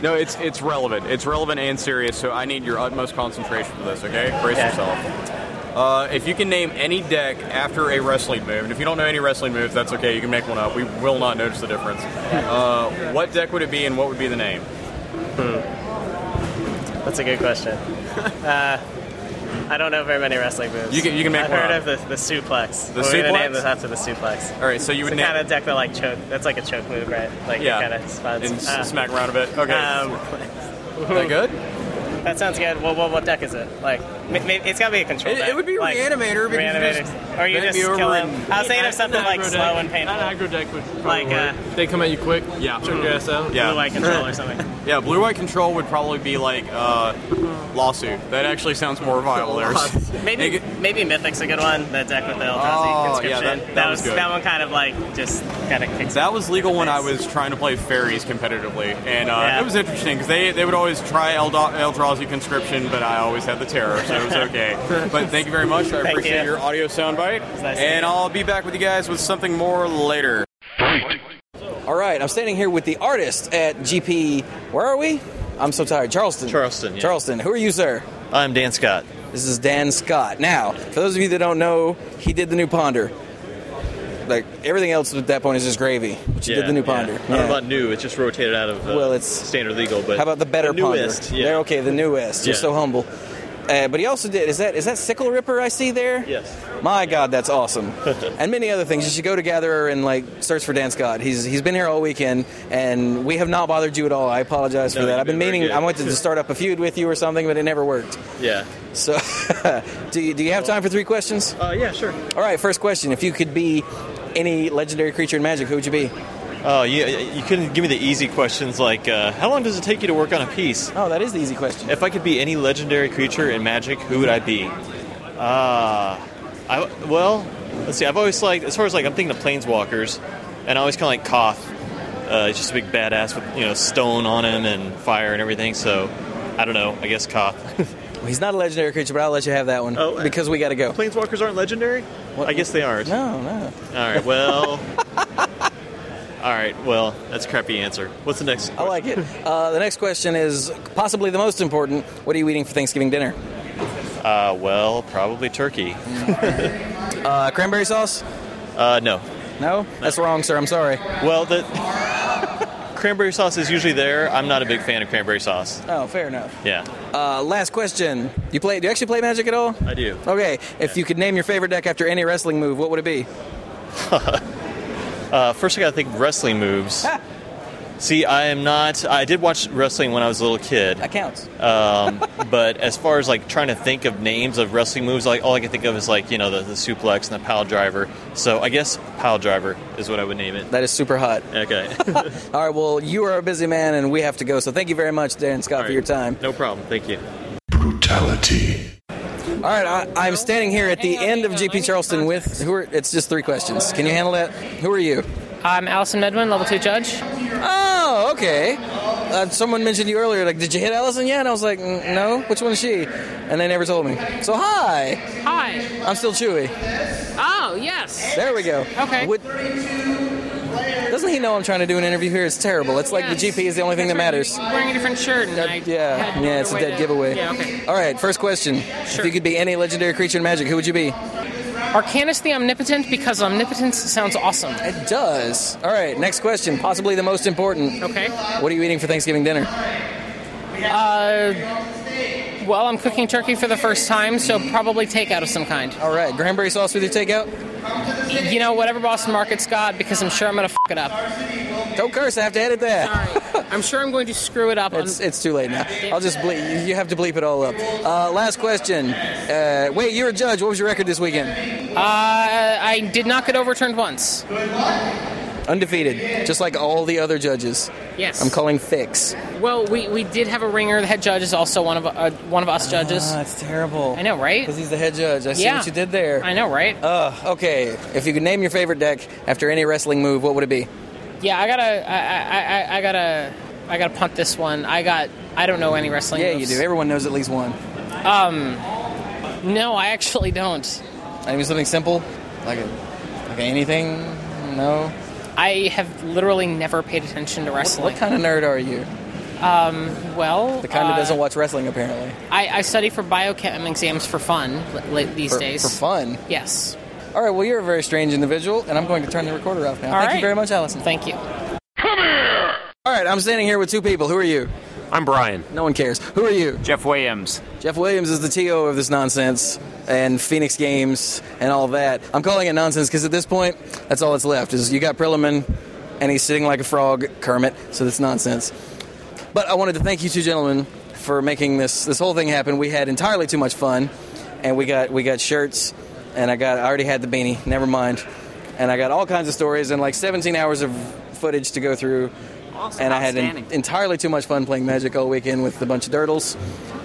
[SPEAKER 17] No, it's it's relevant. It's relevant and serious, so I need your utmost concentration for this. Okay, brace
[SPEAKER 21] Okay.
[SPEAKER 17] yourself. Uh, if you can name any deck after a wrestling move, and if you don't know any wrestling moves, that's okay. You can make one up. We will not notice the difference. Uh, what deck would it be, and what would be the name?
[SPEAKER 21] That's a good question. Uh, I don't know very many wrestling moves.
[SPEAKER 17] You can- you can make
[SPEAKER 21] I've
[SPEAKER 17] one
[SPEAKER 21] heard of
[SPEAKER 17] up.
[SPEAKER 21] the, the suplex.
[SPEAKER 17] The
[SPEAKER 21] We're gonna
[SPEAKER 17] suplex?
[SPEAKER 21] name this after the suplex.
[SPEAKER 17] All right, so you would
[SPEAKER 21] it's
[SPEAKER 17] name-
[SPEAKER 21] kind of deck that like choke. That's like a choke move, right? Like
[SPEAKER 17] Yeah.
[SPEAKER 6] Uh,
[SPEAKER 21] kind of spots.
[SPEAKER 17] And s- smack around a bit. Okay.
[SPEAKER 21] Um,
[SPEAKER 17] That good?
[SPEAKER 21] I
[SPEAKER 6] um, That sounds good. Well, what, what deck is it? Like, ma- ma- it's got to be a control
[SPEAKER 21] It-
[SPEAKER 6] deck.
[SPEAKER 21] it would be
[SPEAKER 6] like,
[SPEAKER 21] Reanimator because you
[SPEAKER 6] Reanimator.
[SPEAKER 21] just
[SPEAKER 6] or you
[SPEAKER 21] bend
[SPEAKER 6] just
[SPEAKER 21] me over
[SPEAKER 6] kill him.
[SPEAKER 21] and-
[SPEAKER 6] I was thinking of something like
[SPEAKER 21] Aggro deck.
[SPEAKER 6] slow and painful.
[SPEAKER 21] An aggro deck would
[SPEAKER 6] Like, uh,
[SPEAKER 21] They come at you quick. Yeah.
[SPEAKER 6] Check your ass out.
[SPEAKER 21] Yeah.
[SPEAKER 6] Blue light control or something.
[SPEAKER 21] yeah, blue white control would probably be like uh, lawsuit. That actually sounds more viable. There's
[SPEAKER 6] Maybe maybe Mythic's a good one. The deck with the
[SPEAKER 21] Oh,
[SPEAKER 6] Eldrazi conscription.
[SPEAKER 21] yeah, that- that was
[SPEAKER 6] was
[SPEAKER 21] good.
[SPEAKER 6] that one kind of like just kind of kicks.
[SPEAKER 21] That was legal when I was trying to play fairies competitively, and uh,
[SPEAKER 6] Yeah.
[SPEAKER 21] it was interesting because they, they would always try Elda- Eldrazi conscription, but I always had the terror, so it was okay. but thank you very much. I
[SPEAKER 6] Thank
[SPEAKER 21] appreciate
[SPEAKER 6] you.
[SPEAKER 21] your audio soundbite,
[SPEAKER 6] nice.
[SPEAKER 21] and I'll be back with you guys with something more later.
[SPEAKER 1] All right, I'm standing here with the artist at GP. Where are we? I'm so tired. Charleston. Charleston.
[SPEAKER 11] yeah.
[SPEAKER 1] Charleston. Who are you, sir?
[SPEAKER 11] I'm Dan Scott.
[SPEAKER 1] This is Dan Scott. Now, for those of you that don't know, he did the new Ponder. Like everything else at that point is just gravy. But you
[SPEAKER 11] Yeah,
[SPEAKER 1] did the new
[SPEAKER 11] yeah.
[SPEAKER 1] Ponder.
[SPEAKER 11] I don't know
[SPEAKER 1] Yeah.
[SPEAKER 11] about new. It's just rotated out of uh,
[SPEAKER 1] Well, it's
[SPEAKER 11] standard legal. But
[SPEAKER 1] How about the better
[SPEAKER 11] newest?
[SPEAKER 1] Ponder?
[SPEAKER 11] Yeah.
[SPEAKER 1] They're okay. The newest. You're
[SPEAKER 11] Yeah.
[SPEAKER 1] so humble. Uh, but he also did. Is that is that Sickle Ripper I see there?
[SPEAKER 11] Yes.
[SPEAKER 1] My God, that's awesome. and many other things. You should go to Gatherer and like search for Dan Scott. He's he's been here all weekend, and we have not bothered you at all. I apologize for
[SPEAKER 11] No,
[SPEAKER 1] that.
[SPEAKER 11] you've
[SPEAKER 1] I've been
[SPEAKER 11] been very
[SPEAKER 1] meaning
[SPEAKER 11] good.
[SPEAKER 1] I wanted to start up a feud with you or something, but it never worked.
[SPEAKER 11] Yeah.
[SPEAKER 1] So, do you, do you have time for three questions?
[SPEAKER 11] Uh, yeah, sure.
[SPEAKER 1] All right, first question. If you could be any legendary creature in Magic, who would you be?
[SPEAKER 11] Oh, you, you couldn't give me the easy questions like, uh, how long does it take you to work on a piece?
[SPEAKER 1] Oh, that is the easy question.
[SPEAKER 11] If I could be any legendary creature in Magic, who would I be? Ah, I well, let's see. I've always liked, as far as like, I'm thinking of Planeswalkers, and I always kind of like Koth. Uh, he's just a big badass with you know stone on him and fire and everything. So, I don't know. I guess Koth.
[SPEAKER 1] Well, he's not a legendary creature, but I'll let you have that one because we got to go.
[SPEAKER 11] Oh, Planeswalkers aren't legendary. I guess they aren't.
[SPEAKER 1] No, no.
[SPEAKER 11] All right. Well. All right. Well, that's a crappy answer. What's the next?
[SPEAKER 1] I like it. Uh, the next question is possibly the most important. What are you eating for Thanksgiving dinner?
[SPEAKER 11] Uh, well, probably turkey.
[SPEAKER 1] Uh, cranberry sauce?
[SPEAKER 11] Uh, no.
[SPEAKER 1] No? That's wrong, sir. I'm sorry.
[SPEAKER 11] Well, the cranberry sauce is usually there. I'm not a big fan of cranberry sauce.
[SPEAKER 1] Oh, fair enough.
[SPEAKER 11] Yeah,
[SPEAKER 1] Uh, last question. You play? Do you actually play Magic at all?
[SPEAKER 11] I do.
[SPEAKER 1] Okay. If you could name your favorite deck after any wrestling move, what would it be?
[SPEAKER 11] Uh, first, I gotta think of wrestling moves. See, I am not. I did watch wrestling when I was a little kid. That
[SPEAKER 1] counts.
[SPEAKER 11] Um, but as far as like trying to think of names of wrestling moves, like all I can think of is like you know the, the suplex and the pile driver. So I guess pile driver is what I would name it.
[SPEAKER 1] That is super hot.
[SPEAKER 11] Okay.
[SPEAKER 1] all right. Well, you are a busy man, and we have to go. So thank you very much, Dan Scott, for your time.
[SPEAKER 11] no problem. Thank you.
[SPEAKER 3] Brutality.
[SPEAKER 1] All right, I, I'm standing here at the end of GP Charleston with who are? It's just three questions. Can you handle that? Who are you?
[SPEAKER 12] I'm Allison Medwin, level two judge.
[SPEAKER 1] Oh, okay. Uh, someone mentioned you earlier. Like, did you hit Allison yet? And I was like, "N- no. Which one is she? And they never told me. So hi.
[SPEAKER 12] Hi.
[SPEAKER 1] I'm still Chewy.
[SPEAKER 12] Oh, yes.
[SPEAKER 1] There we go.
[SPEAKER 12] Okay.
[SPEAKER 1] Would- doesn't he know I'm trying to do an interview here? It's terrible. It's like the
[SPEAKER 12] Yes.
[SPEAKER 1] GP is the only thing that matters.
[SPEAKER 12] Wearing a different shirt. And I
[SPEAKER 1] Yeah,
[SPEAKER 12] had
[SPEAKER 1] yeah, it's a
[SPEAKER 12] giveaway
[SPEAKER 1] dead
[SPEAKER 12] to-
[SPEAKER 1] giveaway.
[SPEAKER 12] Yeah, okay.
[SPEAKER 1] All right, first question. If you could be any legendary creature in Magic, who would you be?
[SPEAKER 12] Arcanus the Omnipotent because omnipotence sounds awesome.
[SPEAKER 1] It does. All right, next question, possibly the most important.
[SPEAKER 12] Okay.
[SPEAKER 1] What are you eating for Thanksgiving dinner?
[SPEAKER 12] Uh, well, I'm cooking turkey for the first time, so probably takeout of some kind.
[SPEAKER 1] All right, cranberry sauce with your takeout?
[SPEAKER 12] You know, whatever Boston Market's got, because I'm sure I'm going to f it up. Uh,
[SPEAKER 1] Don't curse, I have to edit that.
[SPEAKER 12] Sorry. I'm sure I'm going to screw it up. on-
[SPEAKER 1] It's, it's too late now. I'll just bleep. You have to bleep it all up. Uh, last question. Uh, wait, you're a judge. What was your record this weekend?
[SPEAKER 12] Uh, I did not get overturned once.
[SPEAKER 1] Undefeated, just like all the other judges.
[SPEAKER 12] Yes.
[SPEAKER 1] I'm calling fix.
[SPEAKER 12] Well, we, we did have a ringer. The head judge is also one of uh, one of us judges.
[SPEAKER 1] Ah, it's terrible.
[SPEAKER 12] I know, right?
[SPEAKER 1] Because he's the head judge. I see
[SPEAKER 12] Yeah.
[SPEAKER 1] what you did there.
[SPEAKER 12] I know, right?
[SPEAKER 1] Uh, okay. If you could name your favorite deck after any wrestling move, what would it be?
[SPEAKER 12] Yeah, I gotta I, I, I, I gotta I gotta punt this one. I got I don't know any wrestling.
[SPEAKER 1] yeah,
[SPEAKER 12] moves.
[SPEAKER 1] you do. Everyone knows at least one.
[SPEAKER 12] Um, no, I actually don't.
[SPEAKER 1] I mean, something simple, like a, like anything. No.
[SPEAKER 12] I have literally never paid attention to
[SPEAKER 1] What,
[SPEAKER 12] wrestling.
[SPEAKER 1] what kind of nerd are you?
[SPEAKER 12] Um, well,
[SPEAKER 1] The kind that
[SPEAKER 12] uh,
[SPEAKER 1] doesn't watch wrestling, apparently.
[SPEAKER 12] I, I study for biochem exams for fun li- li- these
[SPEAKER 1] For-
[SPEAKER 12] days.
[SPEAKER 1] for fun.
[SPEAKER 12] Yes.
[SPEAKER 1] All right. Well, you're a very strange individual, and I'm going to turn the recorder off now.
[SPEAKER 12] All
[SPEAKER 1] Thank you
[SPEAKER 12] right.
[SPEAKER 1] very much, Allison.
[SPEAKER 12] Thank you.
[SPEAKER 1] All right, I'm standing here with two people. Who are you?
[SPEAKER 13] I'm Brian.
[SPEAKER 1] No one cares. Who are you?
[SPEAKER 13] Jeff Williams.
[SPEAKER 1] Jeff Williams is the TO of this nonsense and Phoenix Games and all that. I'm calling it nonsense because at this point, that's all that's left is you got Prilliman and he's sitting like a frog, Kermit, so that's nonsense. But I wanted to thank you two gentlemen for making this this whole thing happen. We had entirely too much fun, and we got we got shirts, and I got I already had the beanie. Never mind, and I got all kinds of stories and like 17 hours of footage to go through.
[SPEAKER 4] Awesome.
[SPEAKER 1] And I had en-
[SPEAKER 4] Outstanding.
[SPEAKER 1] entirely too much fun playing Magic all weekend with a bunch of dirtles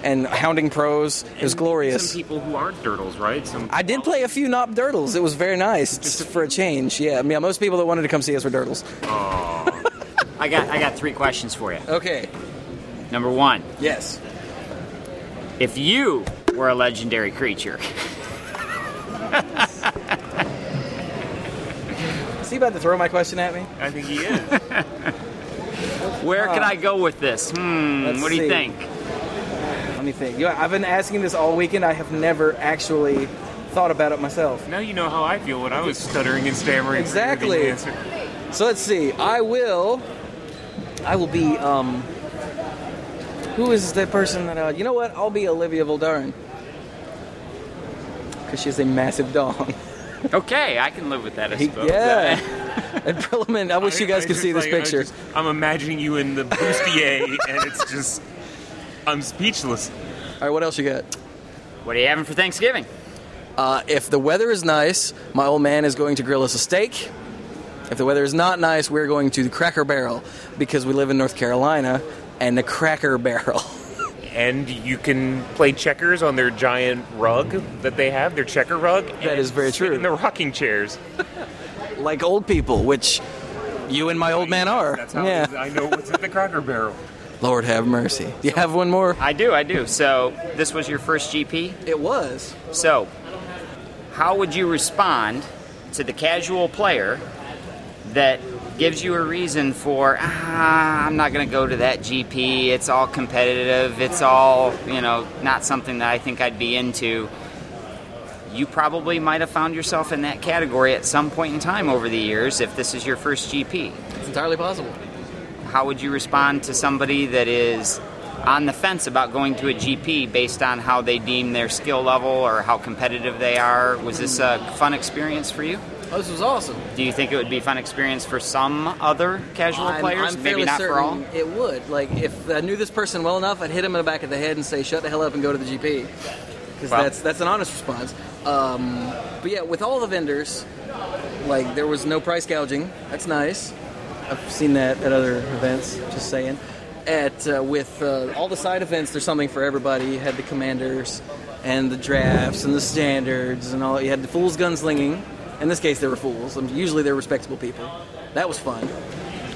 [SPEAKER 1] and hounding pros. It was glorious.
[SPEAKER 4] Some people who aren't dirtles, right? Some
[SPEAKER 1] I did play a few knob dirtles. It was very nice for a change. Yeah, I mean, most people that wanted to come see us were dirtles.
[SPEAKER 4] I got I got three questions for you.
[SPEAKER 1] Okay.
[SPEAKER 4] Number one.
[SPEAKER 1] Yes.
[SPEAKER 4] If you were a legendary creature,
[SPEAKER 1] Is he about to throw my question at me?
[SPEAKER 4] I think he is. where could
[SPEAKER 1] Uh,
[SPEAKER 4] I go with this? Hmm.
[SPEAKER 1] Let's
[SPEAKER 4] what do you
[SPEAKER 1] see.
[SPEAKER 4] think?
[SPEAKER 1] Let me think. You know, I've been asking this all weekend. I have never actually thought about it myself.
[SPEAKER 16] Now you know how I feel when I was stuttering and stammering. for your
[SPEAKER 1] Exactly.
[SPEAKER 16] good answer.
[SPEAKER 1] So let's see. I will. I will be. Um, who is that person that? Uh, you know what? I'll be Olivia Voldaren. Because she has a massive dong.
[SPEAKER 4] Okay, I can live with that. I suppose.
[SPEAKER 1] yeah. and Perlman, I wish you guys could
[SPEAKER 16] It's
[SPEAKER 1] see this
[SPEAKER 16] like, I
[SPEAKER 1] picture.
[SPEAKER 16] just- I'm imagining you in the bustier, and it's just I'm speechless.
[SPEAKER 1] All right, what else you got?
[SPEAKER 4] What are you having for Thanksgiving?
[SPEAKER 1] Uh, if the weather is nice, my old man is going to grill us a steak. If the weather is not nice, we're going to the Cracker Barrel because we live in North Carolina and the Cracker Barrel.
[SPEAKER 16] And you can play checkers on their giant rug that they have, their checker rug. That is very true. In the rocking chairs.
[SPEAKER 1] like old people, which you and my old man are.
[SPEAKER 16] That's how
[SPEAKER 1] yeah.
[SPEAKER 16] it is. I know what's at the Cracker Barrel.
[SPEAKER 1] Lord have mercy. You have one more?
[SPEAKER 4] I do, I do. So this was your first GP?
[SPEAKER 1] It was.
[SPEAKER 4] So, how would you respond to the casual player that gives you a reason for, ah, I'm not going to go to that GP. It's all competitive. It's all, you know, not something that I think I'd be into. You probably might have found yourself in that category at some point in time over the years if this is your first GP.
[SPEAKER 1] It's entirely possible.
[SPEAKER 4] How would you respond to somebody that is on the fence about going to a GP based on how they deem their skill level or how competitive they are? Was this a fun experience for you?
[SPEAKER 1] Oh, this was awesome.
[SPEAKER 4] Do you think it would be a fun experience for some other casual
[SPEAKER 1] I'm,
[SPEAKER 4] players?
[SPEAKER 1] I'm
[SPEAKER 4] Maybe
[SPEAKER 1] fairly
[SPEAKER 4] not
[SPEAKER 1] certain
[SPEAKER 4] for all.
[SPEAKER 1] It would. Like, if I knew this person well enough, I'd hit him in the back of the head and say, shut the hell up and go to the GP. Because
[SPEAKER 4] Wow.
[SPEAKER 1] that's, that's an honest response. Um, but yeah, with all the vendors, like, there was no price gouging. That's nice. I've seen that at other events, just saying. At uh, With uh, all the side events, there's something for everybody. You had the commanders and the drafts and the standards and all. You had the fools gunslinging. In this case, they were fools. Um, Usually, they're respectable people. That was fun.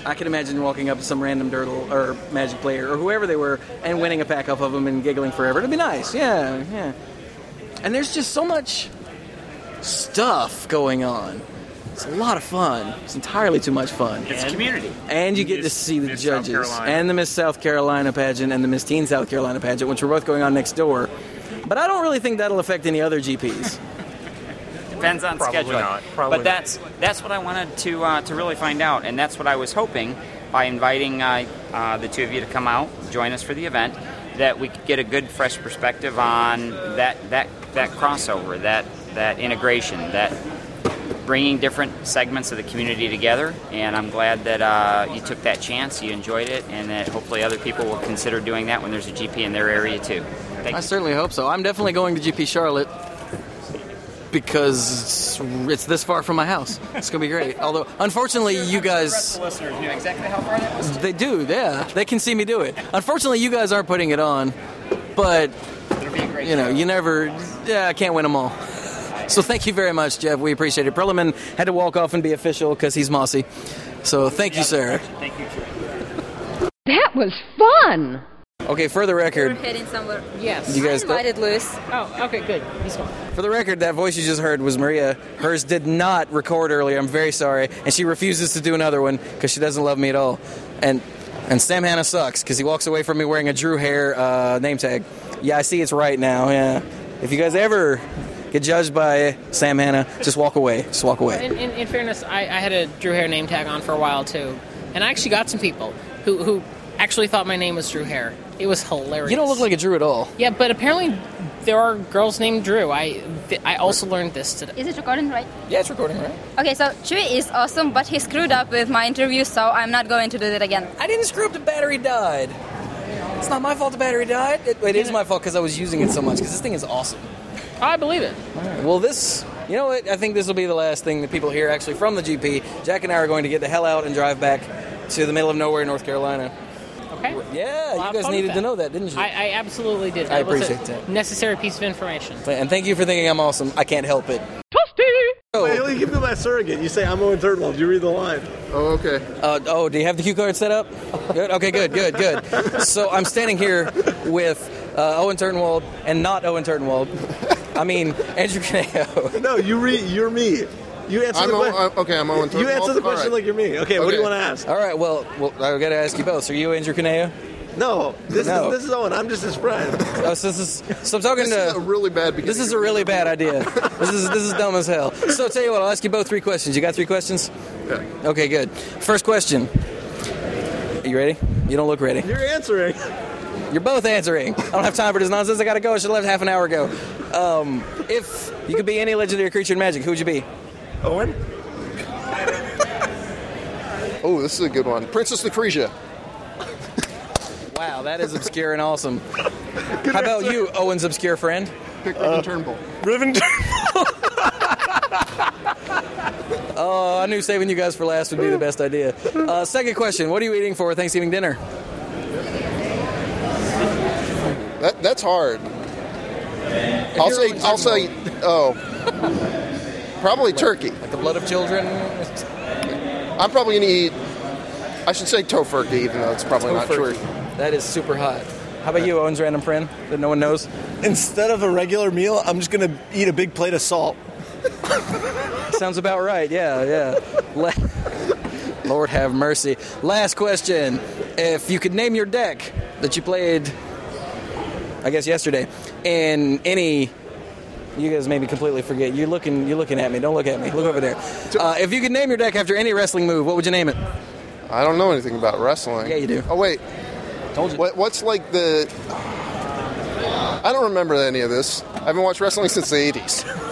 [SPEAKER 1] I could imagine walking up to some random dirtle or magic player or whoever they were and winning a pack off of them and giggling forever. It'd be nice, yeah, yeah. And there's just so much stuff going on. It's a lot of fun. It's entirely too much fun.
[SPEAKER 4] It's a community.
[SPEAKER 1] And you get to see the judges
[SPEAKER 4] Carolina.
[SPEAKER 1] and the Miss South Carolina pageant and the Miss Teen South Carolina pageant, which are both going on next door. But I don't really think that'll affect any other GPs.
[SPEAKER 4] Depends on
[SPEAKER 1] Probably
[SPEAKER 4] scheduling.
[SPEAKER 1] not. Probably not.
[SPEAKER 4] but that's that's what I wanted to uh, to really find out, and that's what I was hoping by inviting uh, uh, the two of you to come out, join us for the event, that we could get a good fresh perspective on that that that crossover, that that integration, that bringing different segments of the community together. And I'm glad that uh, you took that chance, you enjoyed it, and that hopefully other people will consider doing that when there's a GP in their area too. Thank
[SPEAKER 1] I
[SPEAKER 4] you.
[SPEAKER 1] certainly hope so. I'm definitely going to GP Charlotte because it's, it's this far from my house. It's going to be great. Although, unfortunately, you guys.
[SPEAKER 4] Exactly how far that was.
[SPEAKER 1] They do, yeah. They can see me do it. Unfortunately, you guys aren't putting it on, but you know, you never. Yeah, I can't win them all. So thank you very much, Jeff. We appreciate it. Perliman had to walk off and be official because he's mossy. So thank you, sir.
[SPEAKER 4] Thank you.
[SPEAKER 13] That was fun.
[SPEAKER 1] Okay, for the record,
[SPEAKER 14] heading somewhere. Yes.
[SPEAKER 1] You guys-
[SPEAKER 14] I invited Lewis. Oh, okay, good. He's gone.
[SPEAKER 1] For the record, that voice you just heard was Maria. Hers did not record earlier. I'm very sorry, and she refuses to do another one because she doesn't love me at all. And and Sam Hanna sucks because he walks away from me wearing a Drew Hair uh, name tag. Yeah, I see it's right now. Yeah. If you guys ever get judged by Sam Hanna, just walk away. Just walk away.
[SPEAKER 14] In, in, in fairness, I, I had a Drew Hair name tag on for a while too, and I actually got some people who who actually thought my name was Drew Hair. It was hilarious.
[SPEAKER 1] You don't look like a Drew at all.
[SPEAKER 14] Yeah, but apparently there are girls named Drew. I th- I also learned this today.
[SPEAKER 25] Is it recording right?
[SPEAKER 1] Yeah, it's recording, right?
[SPEAKER 25] Okay, so Chewie is awesome, but he screwed up with my interview, so I'm not going to do that again.
[SPEAKER 1] I didn't screw up. The battery died. It's not my fault the battery died. It, it is my fault because I was using it so much. Because this thing is awesome.
[SPEAKER 14] I believe it.
[SPEAKER 1] Well, this, you know what? I think this will be the last thing that people hear actually from the GP. Jack and I are going to get the hell out and drive back to the middle of nowhere, North Carolina.
[SPEAKER 14] Okay.
[SPEAKER 1] Yeah,
[SPEAKER 14] Well,
[SPEAKER 1] you
[SPEAKER 14] have
[SPEAKER 1] guys
[SPEAKER 14] fun with
[SPEAKER 1] needed
[SPEAKER 14] that.
[SPEAKER 1] to know that, didn't you?
[SPEAKER 14] I, I absolutely did.
[SPEAKER 1] I
[SPEAKER 14] That was a
[SPEAKER 1] appreciate that.
[SPEAKER 14] Necessary piece of information.
[SPEAKER 1] And thank you for thinking I'm awesome. I can't help it.
[SPEAKER 10] Oh. Wait, let me give you my surrogate. You say I'm Owen Turnbull. You read the line.
[SPEAKER 1] Oh, okay. Uh, oh, do you have the cue card set up? Good. Okay, good, good, good. So I'm standing here with uh, Owen Turnwald and not Owen Turnwald. I mean, Andrew Caneo.
[SPEAKER 10] No, you read. You're me. You answer
[SPEAKER 1] I'm
[SPEAKER 10] the
[SPEAKER 1] Owen-
[SPEAKER 10] question.
[SPEAKER 1] uh, okay, I'm Owen
[SPEAKER 10] You
[SPEAKER 1] Turnbull.
[SPEAKER 10] answer the
[SPEAKER 1] All
[SPEAKER 10] question
[SPEAKER 1] right.
[SPEAKER 10] like you're me. Okay, what do you want to ask?
[SPEAKER 1] All right, well, well I got to ask you both. So are you Andrew Caneo?
[SPEAKER 10] No, this
[SPEAKER 1] No.
[SPEAKER 10] is this is Owen. I'm just his friend.
[SPEAKER 1] Oh, so this is so I'm talking to. a really bad. This is a really bad idea. this is this is dumb as hell. So I'll tell you what, I'll ask you both three questions. You got three questions? Yeah. Okay, good. First question. Are you ready? You don't look ready.
[SPEAKER 10] You're answering.
[SPEAKER 1] You're both answering. I don't have time for this nonsense. I gotta go. I should have left half an hour ago. Um, if you could be any legendary creature in magic, who would you be?
[SPEAKER 10] Owen.
[SPEAKER 15] Oh, this is a good one. Princess Lucretia.
[SPEAKER 1] Wow, that is obscure and awesome. How about you, Owen's obscure friend?
[SPEAKER 15] Pick
[SPEAKER 10] Uh.
[SPEAKER 15] Riven Turnbull.
[SPEAKER 1] Riven Turnbull. Oh, I knew saving you guys for last would be the best idea. Uh, second question: What are you eating for Thanksgiving dinner?
[SPEAKER 15] That, that's hard. I'll say. I'll say. Oh, probably turkey. Like
[SPEAKER 1] the blood of children.
[SPEAKER 15] I'm probably gonna eat. I should say tofurkey, even though it's probably not true.
[SPEAKER 1] Tofurkey. That is super hot. How about you, Owen's random friend that no one knows?
[SPEAKER 10] Instead of a regular meal, I'm just gonna eat a big plate of salt.
[SPEAKER 1] Sounds about right. Yeah, yeah. La- Lord have mercy. Last question: If you could name your deck that you played, I guess yesterday, in any, you guys made me completely forget. You're looking, you're looking at me. Don't look at me. Look over there. Uh, if you could name your deck after any wrestling move, what would you name it?
[SPEAKER 15] I don't know anything about wrestling.
[SPEAKER 1] Yeah, you do.
[SPEAKER 15] Oh wait.
[SPEAKER 1] Told you.
[SPEAKER 15] What, what's like the? I don't remember any of this. I haven't watched wrestling since the '80s.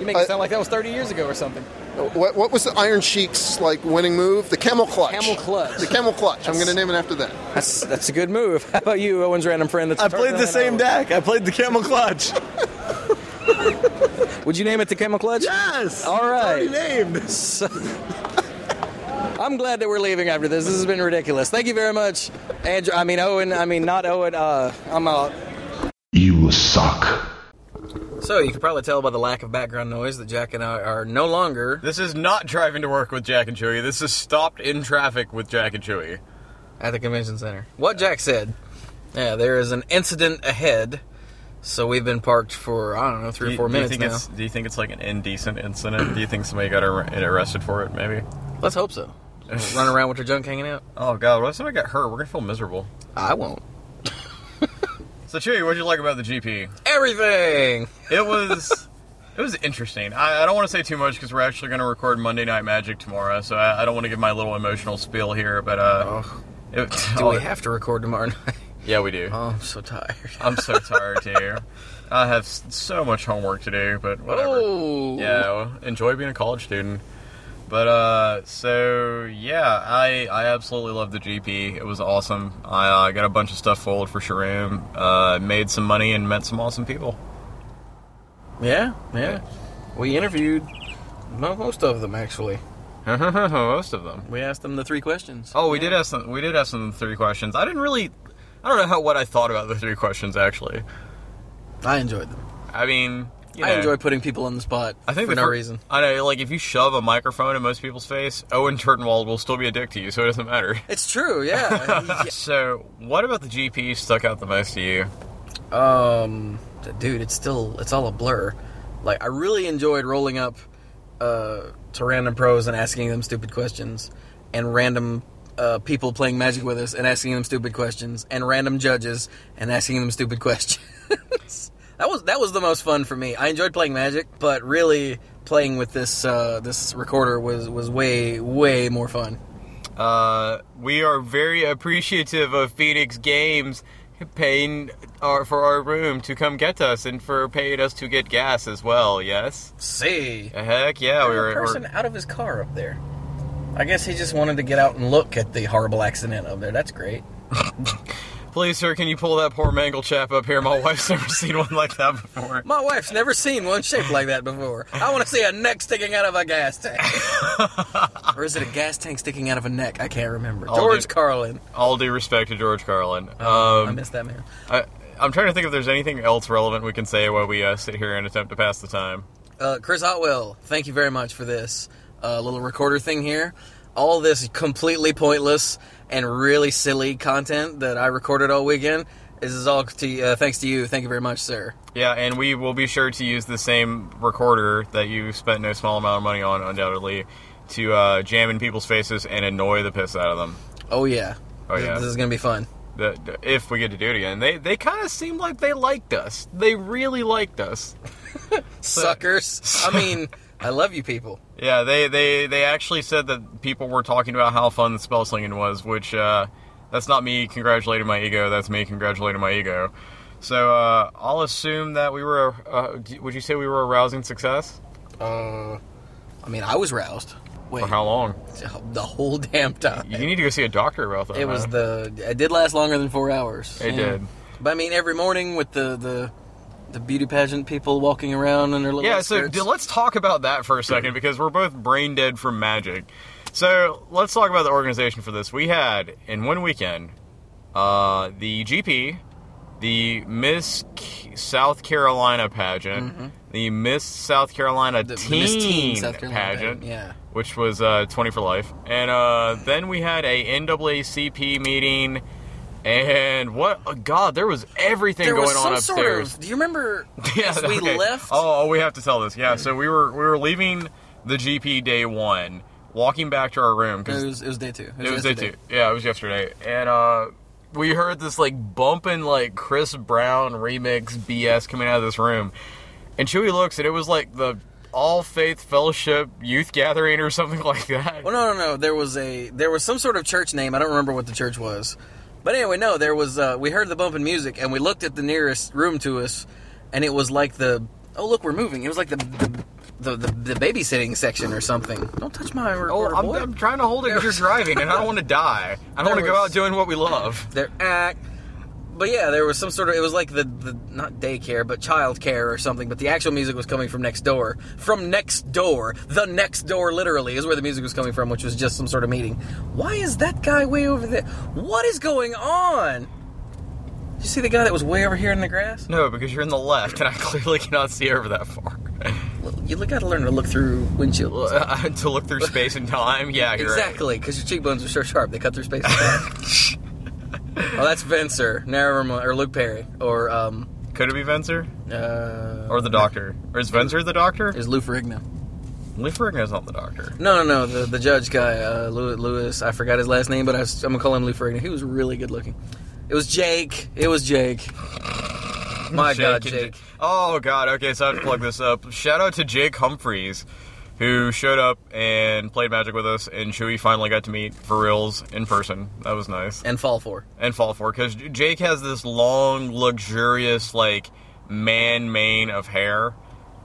[SPEAKER 1] You make it sound like that was 30 years ago or something.
[SPEAKER 15] What, what was the Iron Sheik's like winning move? The camel clutch.
[SPEAKER 1] Camel clutch.
[SPEAKER 15] The camel clutch. I'm
[SPEAKER 1] That's-
[SPEAKER 15] going to name it after that.
[SPEAKER 1] That's that's a good move. How about you, Owen's random friend? That's
[SPEAKER 10] I played the same deck. I played the camel clutch.
[SPEAKER 1] Would you name it the Camel Clutch?
[SPEAKER 10] Yes.
[SPEAKER 1] All right.
[SPEAKER 10] named.
[SPEAKER 1] So- I'm glad that we're leaving after this. This has been ridiculous. Thank you very much, Andrew. I mean Owen. I mean not Owen. Uh, I'm out.
[SPEAKER 3] You suck.
[SPEAKER 1] So you can probably tell by the lack of background noise that Jack and I are no longer.
[SPEAKER 17] This is not driving to work with Jack and Chewy. This is stopped in traffic with Jack and Chewy.
[SPEAKER 1] at the convention center. What Jack said. Yeah, there is an incident ahead. So we've been parked for I don't know three or four minutes
[SPEAKER 17] do you think
[SPEAKER 1] now.
[SPEAKER 17] It's, do you think it's like an indecent incident? do you think somebody got ar- arrested for it? Maybe.
[SPEAKER 1] Let's hope so. Run around with your junk hanging out.
[SPEAKER 17] Oh god, what if somebody got hurt? We're gonna feel miserable.
[SPEAKER 1] I won't.
[SPEAKER 17] so Chewy, what'd you like about the GP?
[SPEAKER 1] Everything.
[SPEAKER 17] It was. It was interesting. I, I don't want to say too much because we're actually going to record Monday Night Magic tomorrow, so I, I don't want to give my little emotional spiel here. But uh, it, oh,
[SPEAKER 1] Do
[SPEAKER 10] Oh.
[SPEAKER 1] we have to record tomorrow night?
[SPEAKER 17] Yeah, we do.
[SPEAKER 1] Oh, I'm so tired.
[SPEAKER 17] I'm so tired too. I have s- so much homework to do, but whatever.
[SPEAKER 1] Oh.
[SPEAKER 17] Yeah, well, enjoy being a college student. But uh, so yeah, I I absolutely loved the GP. It was awesome. I uh, got a bunch of stuff forward for Sharoom. Uh, made some money and met some awesome people.
[SPEAKER 1] Yeah, yeah. We interviewed mo- most of them actually.
[SPEAKER 17] Most of them.
[SPEAKER 1] We asked them the three questions.
[SPEAKER 17] Oh, we did ask them. We did ask them the three questions. I didn't really. I don't know how what I thought about the three questions actually.
[SPEAKER 1] I enjoyed them.
[SPEAKER 17] I mean, you
[SPEAKER 1] I
[SPEAKER 17] know.
[SPEAKER 1] enjoy putting people on the spot.
[SPEAKER 17] I think
[SPEAKER 1] for
[SPEAKER 17] the
[SPEAKER 1] no
[SPEAKER 17] fir-
[SPEAKER 1] reason.
[SPEAKER 17] I know, like if you shove a microphone in most people's face, Owen Turtenwald will still be a dick to you, so it doesn't matter.
[SPEAKER 1] It's true. Yeah.
[SPEAKER 17] so, what about the GP stuck out the most to you?
[SPEAKER 1] um, dude, it's still it's all a blur. Like I really enjoyed rolling up uh, to random pros and asking them stupid questions, and random uh, people playing Magic with us and asking them stupid questions, and random judges and asking them stupid questions. that was that was the most fun for me. I enjoyed playing Magic, but really playing with this uh, this recorder was was way way more fun.
[SPEAKER 17] Uh, we are very appreciative of Phoenix Games paying our, for our room to come get us and for paying us to get gas as well. Yes. Uh,
[SPEAKER 1] See.
[SPEAKER 17] Heck yeah, we
[SPEAKER 1] There's
[SPEAKER 17] were.
[SPEAKER 1] a
[SPEAKER 17] we're-
[SPEAKER 1] person out of his car up there. I guess he just wanted to get out and look at the horrible accident up there. That's great.
[SPEAKER 17] Please, sir, can you pull that poor mangle chap up here? My wife's never seen one like that before.
[SPEAKER 1] My wife's never seen one shaped like that before. I want to see a neck sticking out of a gas tank. or is it a gas tank sticking out of a neck? I can't remember.
[SPEAKER 17] All
[SPEAKER 1] George
[SPEAKER 17] due-
[SPEAKER 1] Carlin. Oh,
[SPEAKER 17] All due respect to George Carlin. Um,
[SPEAKER 1] I missed that man.
[SPEAKER 17] I, I'm trying to think if there's anything else relevant we can say while we uh, sit here and attempt to pass the time.
[SPEAKER 1] Uh, Chris Otwell, thank you very much for this uh, little recorder thing here. All this completely pointless and really silly content that I recorded all weekend is is all to, uh, thanks to you. Thank you very much, sir.
[SPEAKER 17] Yeah, and we will be sure to use the same recorder that you spent no small amount of money on, undoubtedly, to uh, jam in people's faces and annoy the piss out of them.
[SPEAKER 1] Oh yeah.
[SPEAKER 17] Oh
[SPEAKER 1] This-
[SPEAKER 17] yeah,
[SPEAKER 1] This is gonna be fun.
[SPEAKER 17] The, if we get to do it again, they they kind of seemed like they liked us. They really liked us.
[SPEAKER 1] Suckers. I mean, I love you people.
[SPEAKER 17] Yeah, they, they, they actually said that people were talking about how fun the spell slinging was, which uh, that's not me congratulating my ego. That's me congratulating my ego. So uh, I'll assume that we were. Uh, d- would you say we were a rousing success?
[SPEAKER 1] Uh, I mean, I was roused. Wait.
[SPEAKER 17] For how long?
[SPEAKER 1] The whole damn time.
[SPEAKER 17] You need to go see a doctor about that.
[SPEAKER 1] It was
[SPEAKER 17] man.
[SPEAKER 1] the. It did last longer than four hours.
[SPEAKER 17] Uh-huh. It did.
[SPEAKER 1] But I mean, every morning with the the, the beauty pageant people walking around in their little
[SPEAKER 17] Yeah, so
[SPEAKER 1] skirts.
[SPEAKER 17] d- let's talk about that for a second because we're both brain dead from magic. So let's talk about the organization for this. We had in one weekend uh, the GP, the Miss K- South Carolina pageant,
[SPEAKER 1] Mhm.
[SPEAKER 17] the Miss South Carolina
[SPEAKER 1] the
[SPEAKER 17] teen,
[SPEAKER 1] Miss Teen South Carolina
[SPEAKER 17] pageant,
[SPEAKER 1] pageant, yeah.
[SPEAKER 17] which was uh, twenty for life, and uh, then we had a NAACP meeting. And what? Oh, God, there was everything
[SPEAKER 1] there
[SPEAKER 17] going
[SPEAKER 1] was some
[SPEAKER 17] on upstairs.
[SPEAKER 1] sort of. Do you remember? as we
[SPEAKER 17] okay.
[SPEAKER 1] left.
[SPEAKER 17] Oh, oh, we have to tell this. Yeah, so we were we were leaving the GP day one, walking back to our room
[SPEAKER 1] It
[SPEAKER 17] because
[SPEAKER 1] was, it was day two.
[SPEAKER 17] it was day
[SPEAKER 1] yesterday.
[SPEAKER 17] two. Yeah, it was yesterday, and uh, we heard this like bumping like Chris Brown remix BS coming out of this room, and Chewy looks and it was like the All Faith Fellowship Youth Gathering or something like that.
[SPEAKER 1] Well, no, no, no. There was a there was some sort of church name. I don't remember what the church was, but anyway, no. There was uh, we heard the bumping music and we looked at the nearest room to us, and it was like the oh look we're moving. It was like the the the, the, the babysitting section or something. Don't touch my recorder.
[SPEAKER 17] Oh, I'm-
[SPEAKER 1] boy.
[SPEAKER 17] I'm trying to hold it 'cause you're driving, and I don't want to die. I don't want to go out doing what we love.
[SPEAKER 1] There, uh, but yeah, there was some sort of it was like the, the not daycare but childcare or something. But the actual music was coming from next door. From next door, the next door literally is where the music was coming from, which was just some sort of meeting. Why is that guy way over there? What is going on? Did you see the guy that was way over here in the grass?
[SPEAKER 17] No, because you're in the left, and I clearly cannot see over that far.
[SPEAKER 1] You look, gotta learn to look through windshields.
[SPEAKER 17] to look through space and time. Yeah, you're right.
[SPEAKER 1] exactly, because your cheekbones are so sharp they cut through space. oh, that's Venser. Never mind, or Luke Perry, or um.
[SPEAKER 17] Could it be Venser?
[SPEAKER 1] Uh,
[SPEAKER 17] Or the doctor? Or is Venser the doctor?
[SPEAKER 1] Is Lou Ferrigno?
[SPEAKER 17] Lou Ferrigno's not the doctor.
[SPEAKER 1] No, no, no. The the judge guy, uh, Lew- Lewis. I forgot his last name, but I was, I'm gonna call him Lou Ferrigno. He was really good looking. It was Jake. It was Jake. My God,
[SPEAKER 17] and
[SPEAKER 1] Jake.
[SPEAKER 17] J- Oh God. Okay, so I have to plug this up. Shout out to Jake Humphreys, who showed up and played Magic with us, and Chewy finally got to meet for reals in person. That was nice.
[SPEAKER 1] And fall for.
[SPEAKER 17] And fall for because Jake has this long, luxurious like man mane of hair,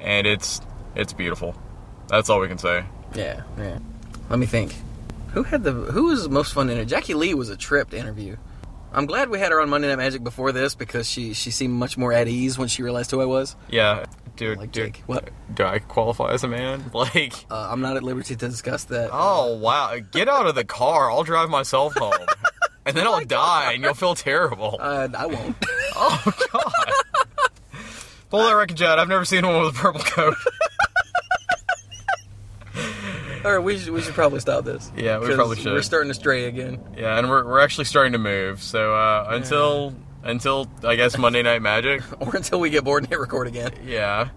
[SPEAKER 17] and it's it's beautiful. That's all we can say.
[SPEAKER 1] Yeah, yeah. Let me think. Who had the who was most fun to interview? Jackie Lee was a trip to interview. I'm glad we had her on Monday Night Magic before this because she she seemed much more at ease when she realized who I was.
[SPEAKER 17] Yeah, dude. dude,
[SPEAKER 1] What?
[SPEAKER 17] Do I qualify as a man? Like,
[SPEAKER 1] uh, I'm not at liberty to discuss that.
[SPEAKER 17] Oh wow! Get out of the car. I'll drive myself home, and then I'll die, and you'll feel terrible.
[SPEAKER 1] Oh
[SPEAKER 17] Oh,
[SPEAKER 1] Uh, I won't.
[SPEAKER 17] Pull that record out. I've never seen one with a purple coat.
[SPEAKER 1] All right, we should, we should probably stop this.
[SPEAKER 17] Yeah, we
[SPEAKER 1] 'Cause
[SPEAKER 17] probably should.
[SPEAKER 1] We're starting to stray again.
[SPEAKER 17] yeah, and we're we're actually starting to move. So uh, until until I guess Monday Night Magic.
[SPEAKER 1] or until we get bored and hit record again.
[SPEAKER 17] Yeah.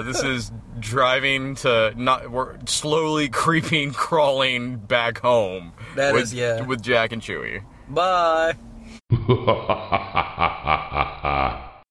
[SPEAKER 17] this is driving to not. We're slowly creeping, crawling back home.
[SPEAKER 1] That
[SPEAKER 17] with,
[SPEAKER 1] is- yeah.
[SPEAKER 17] With Jack and Chewy.
[SPEAKER 1] Bye.
[SPEAKER 3] Ha ha ha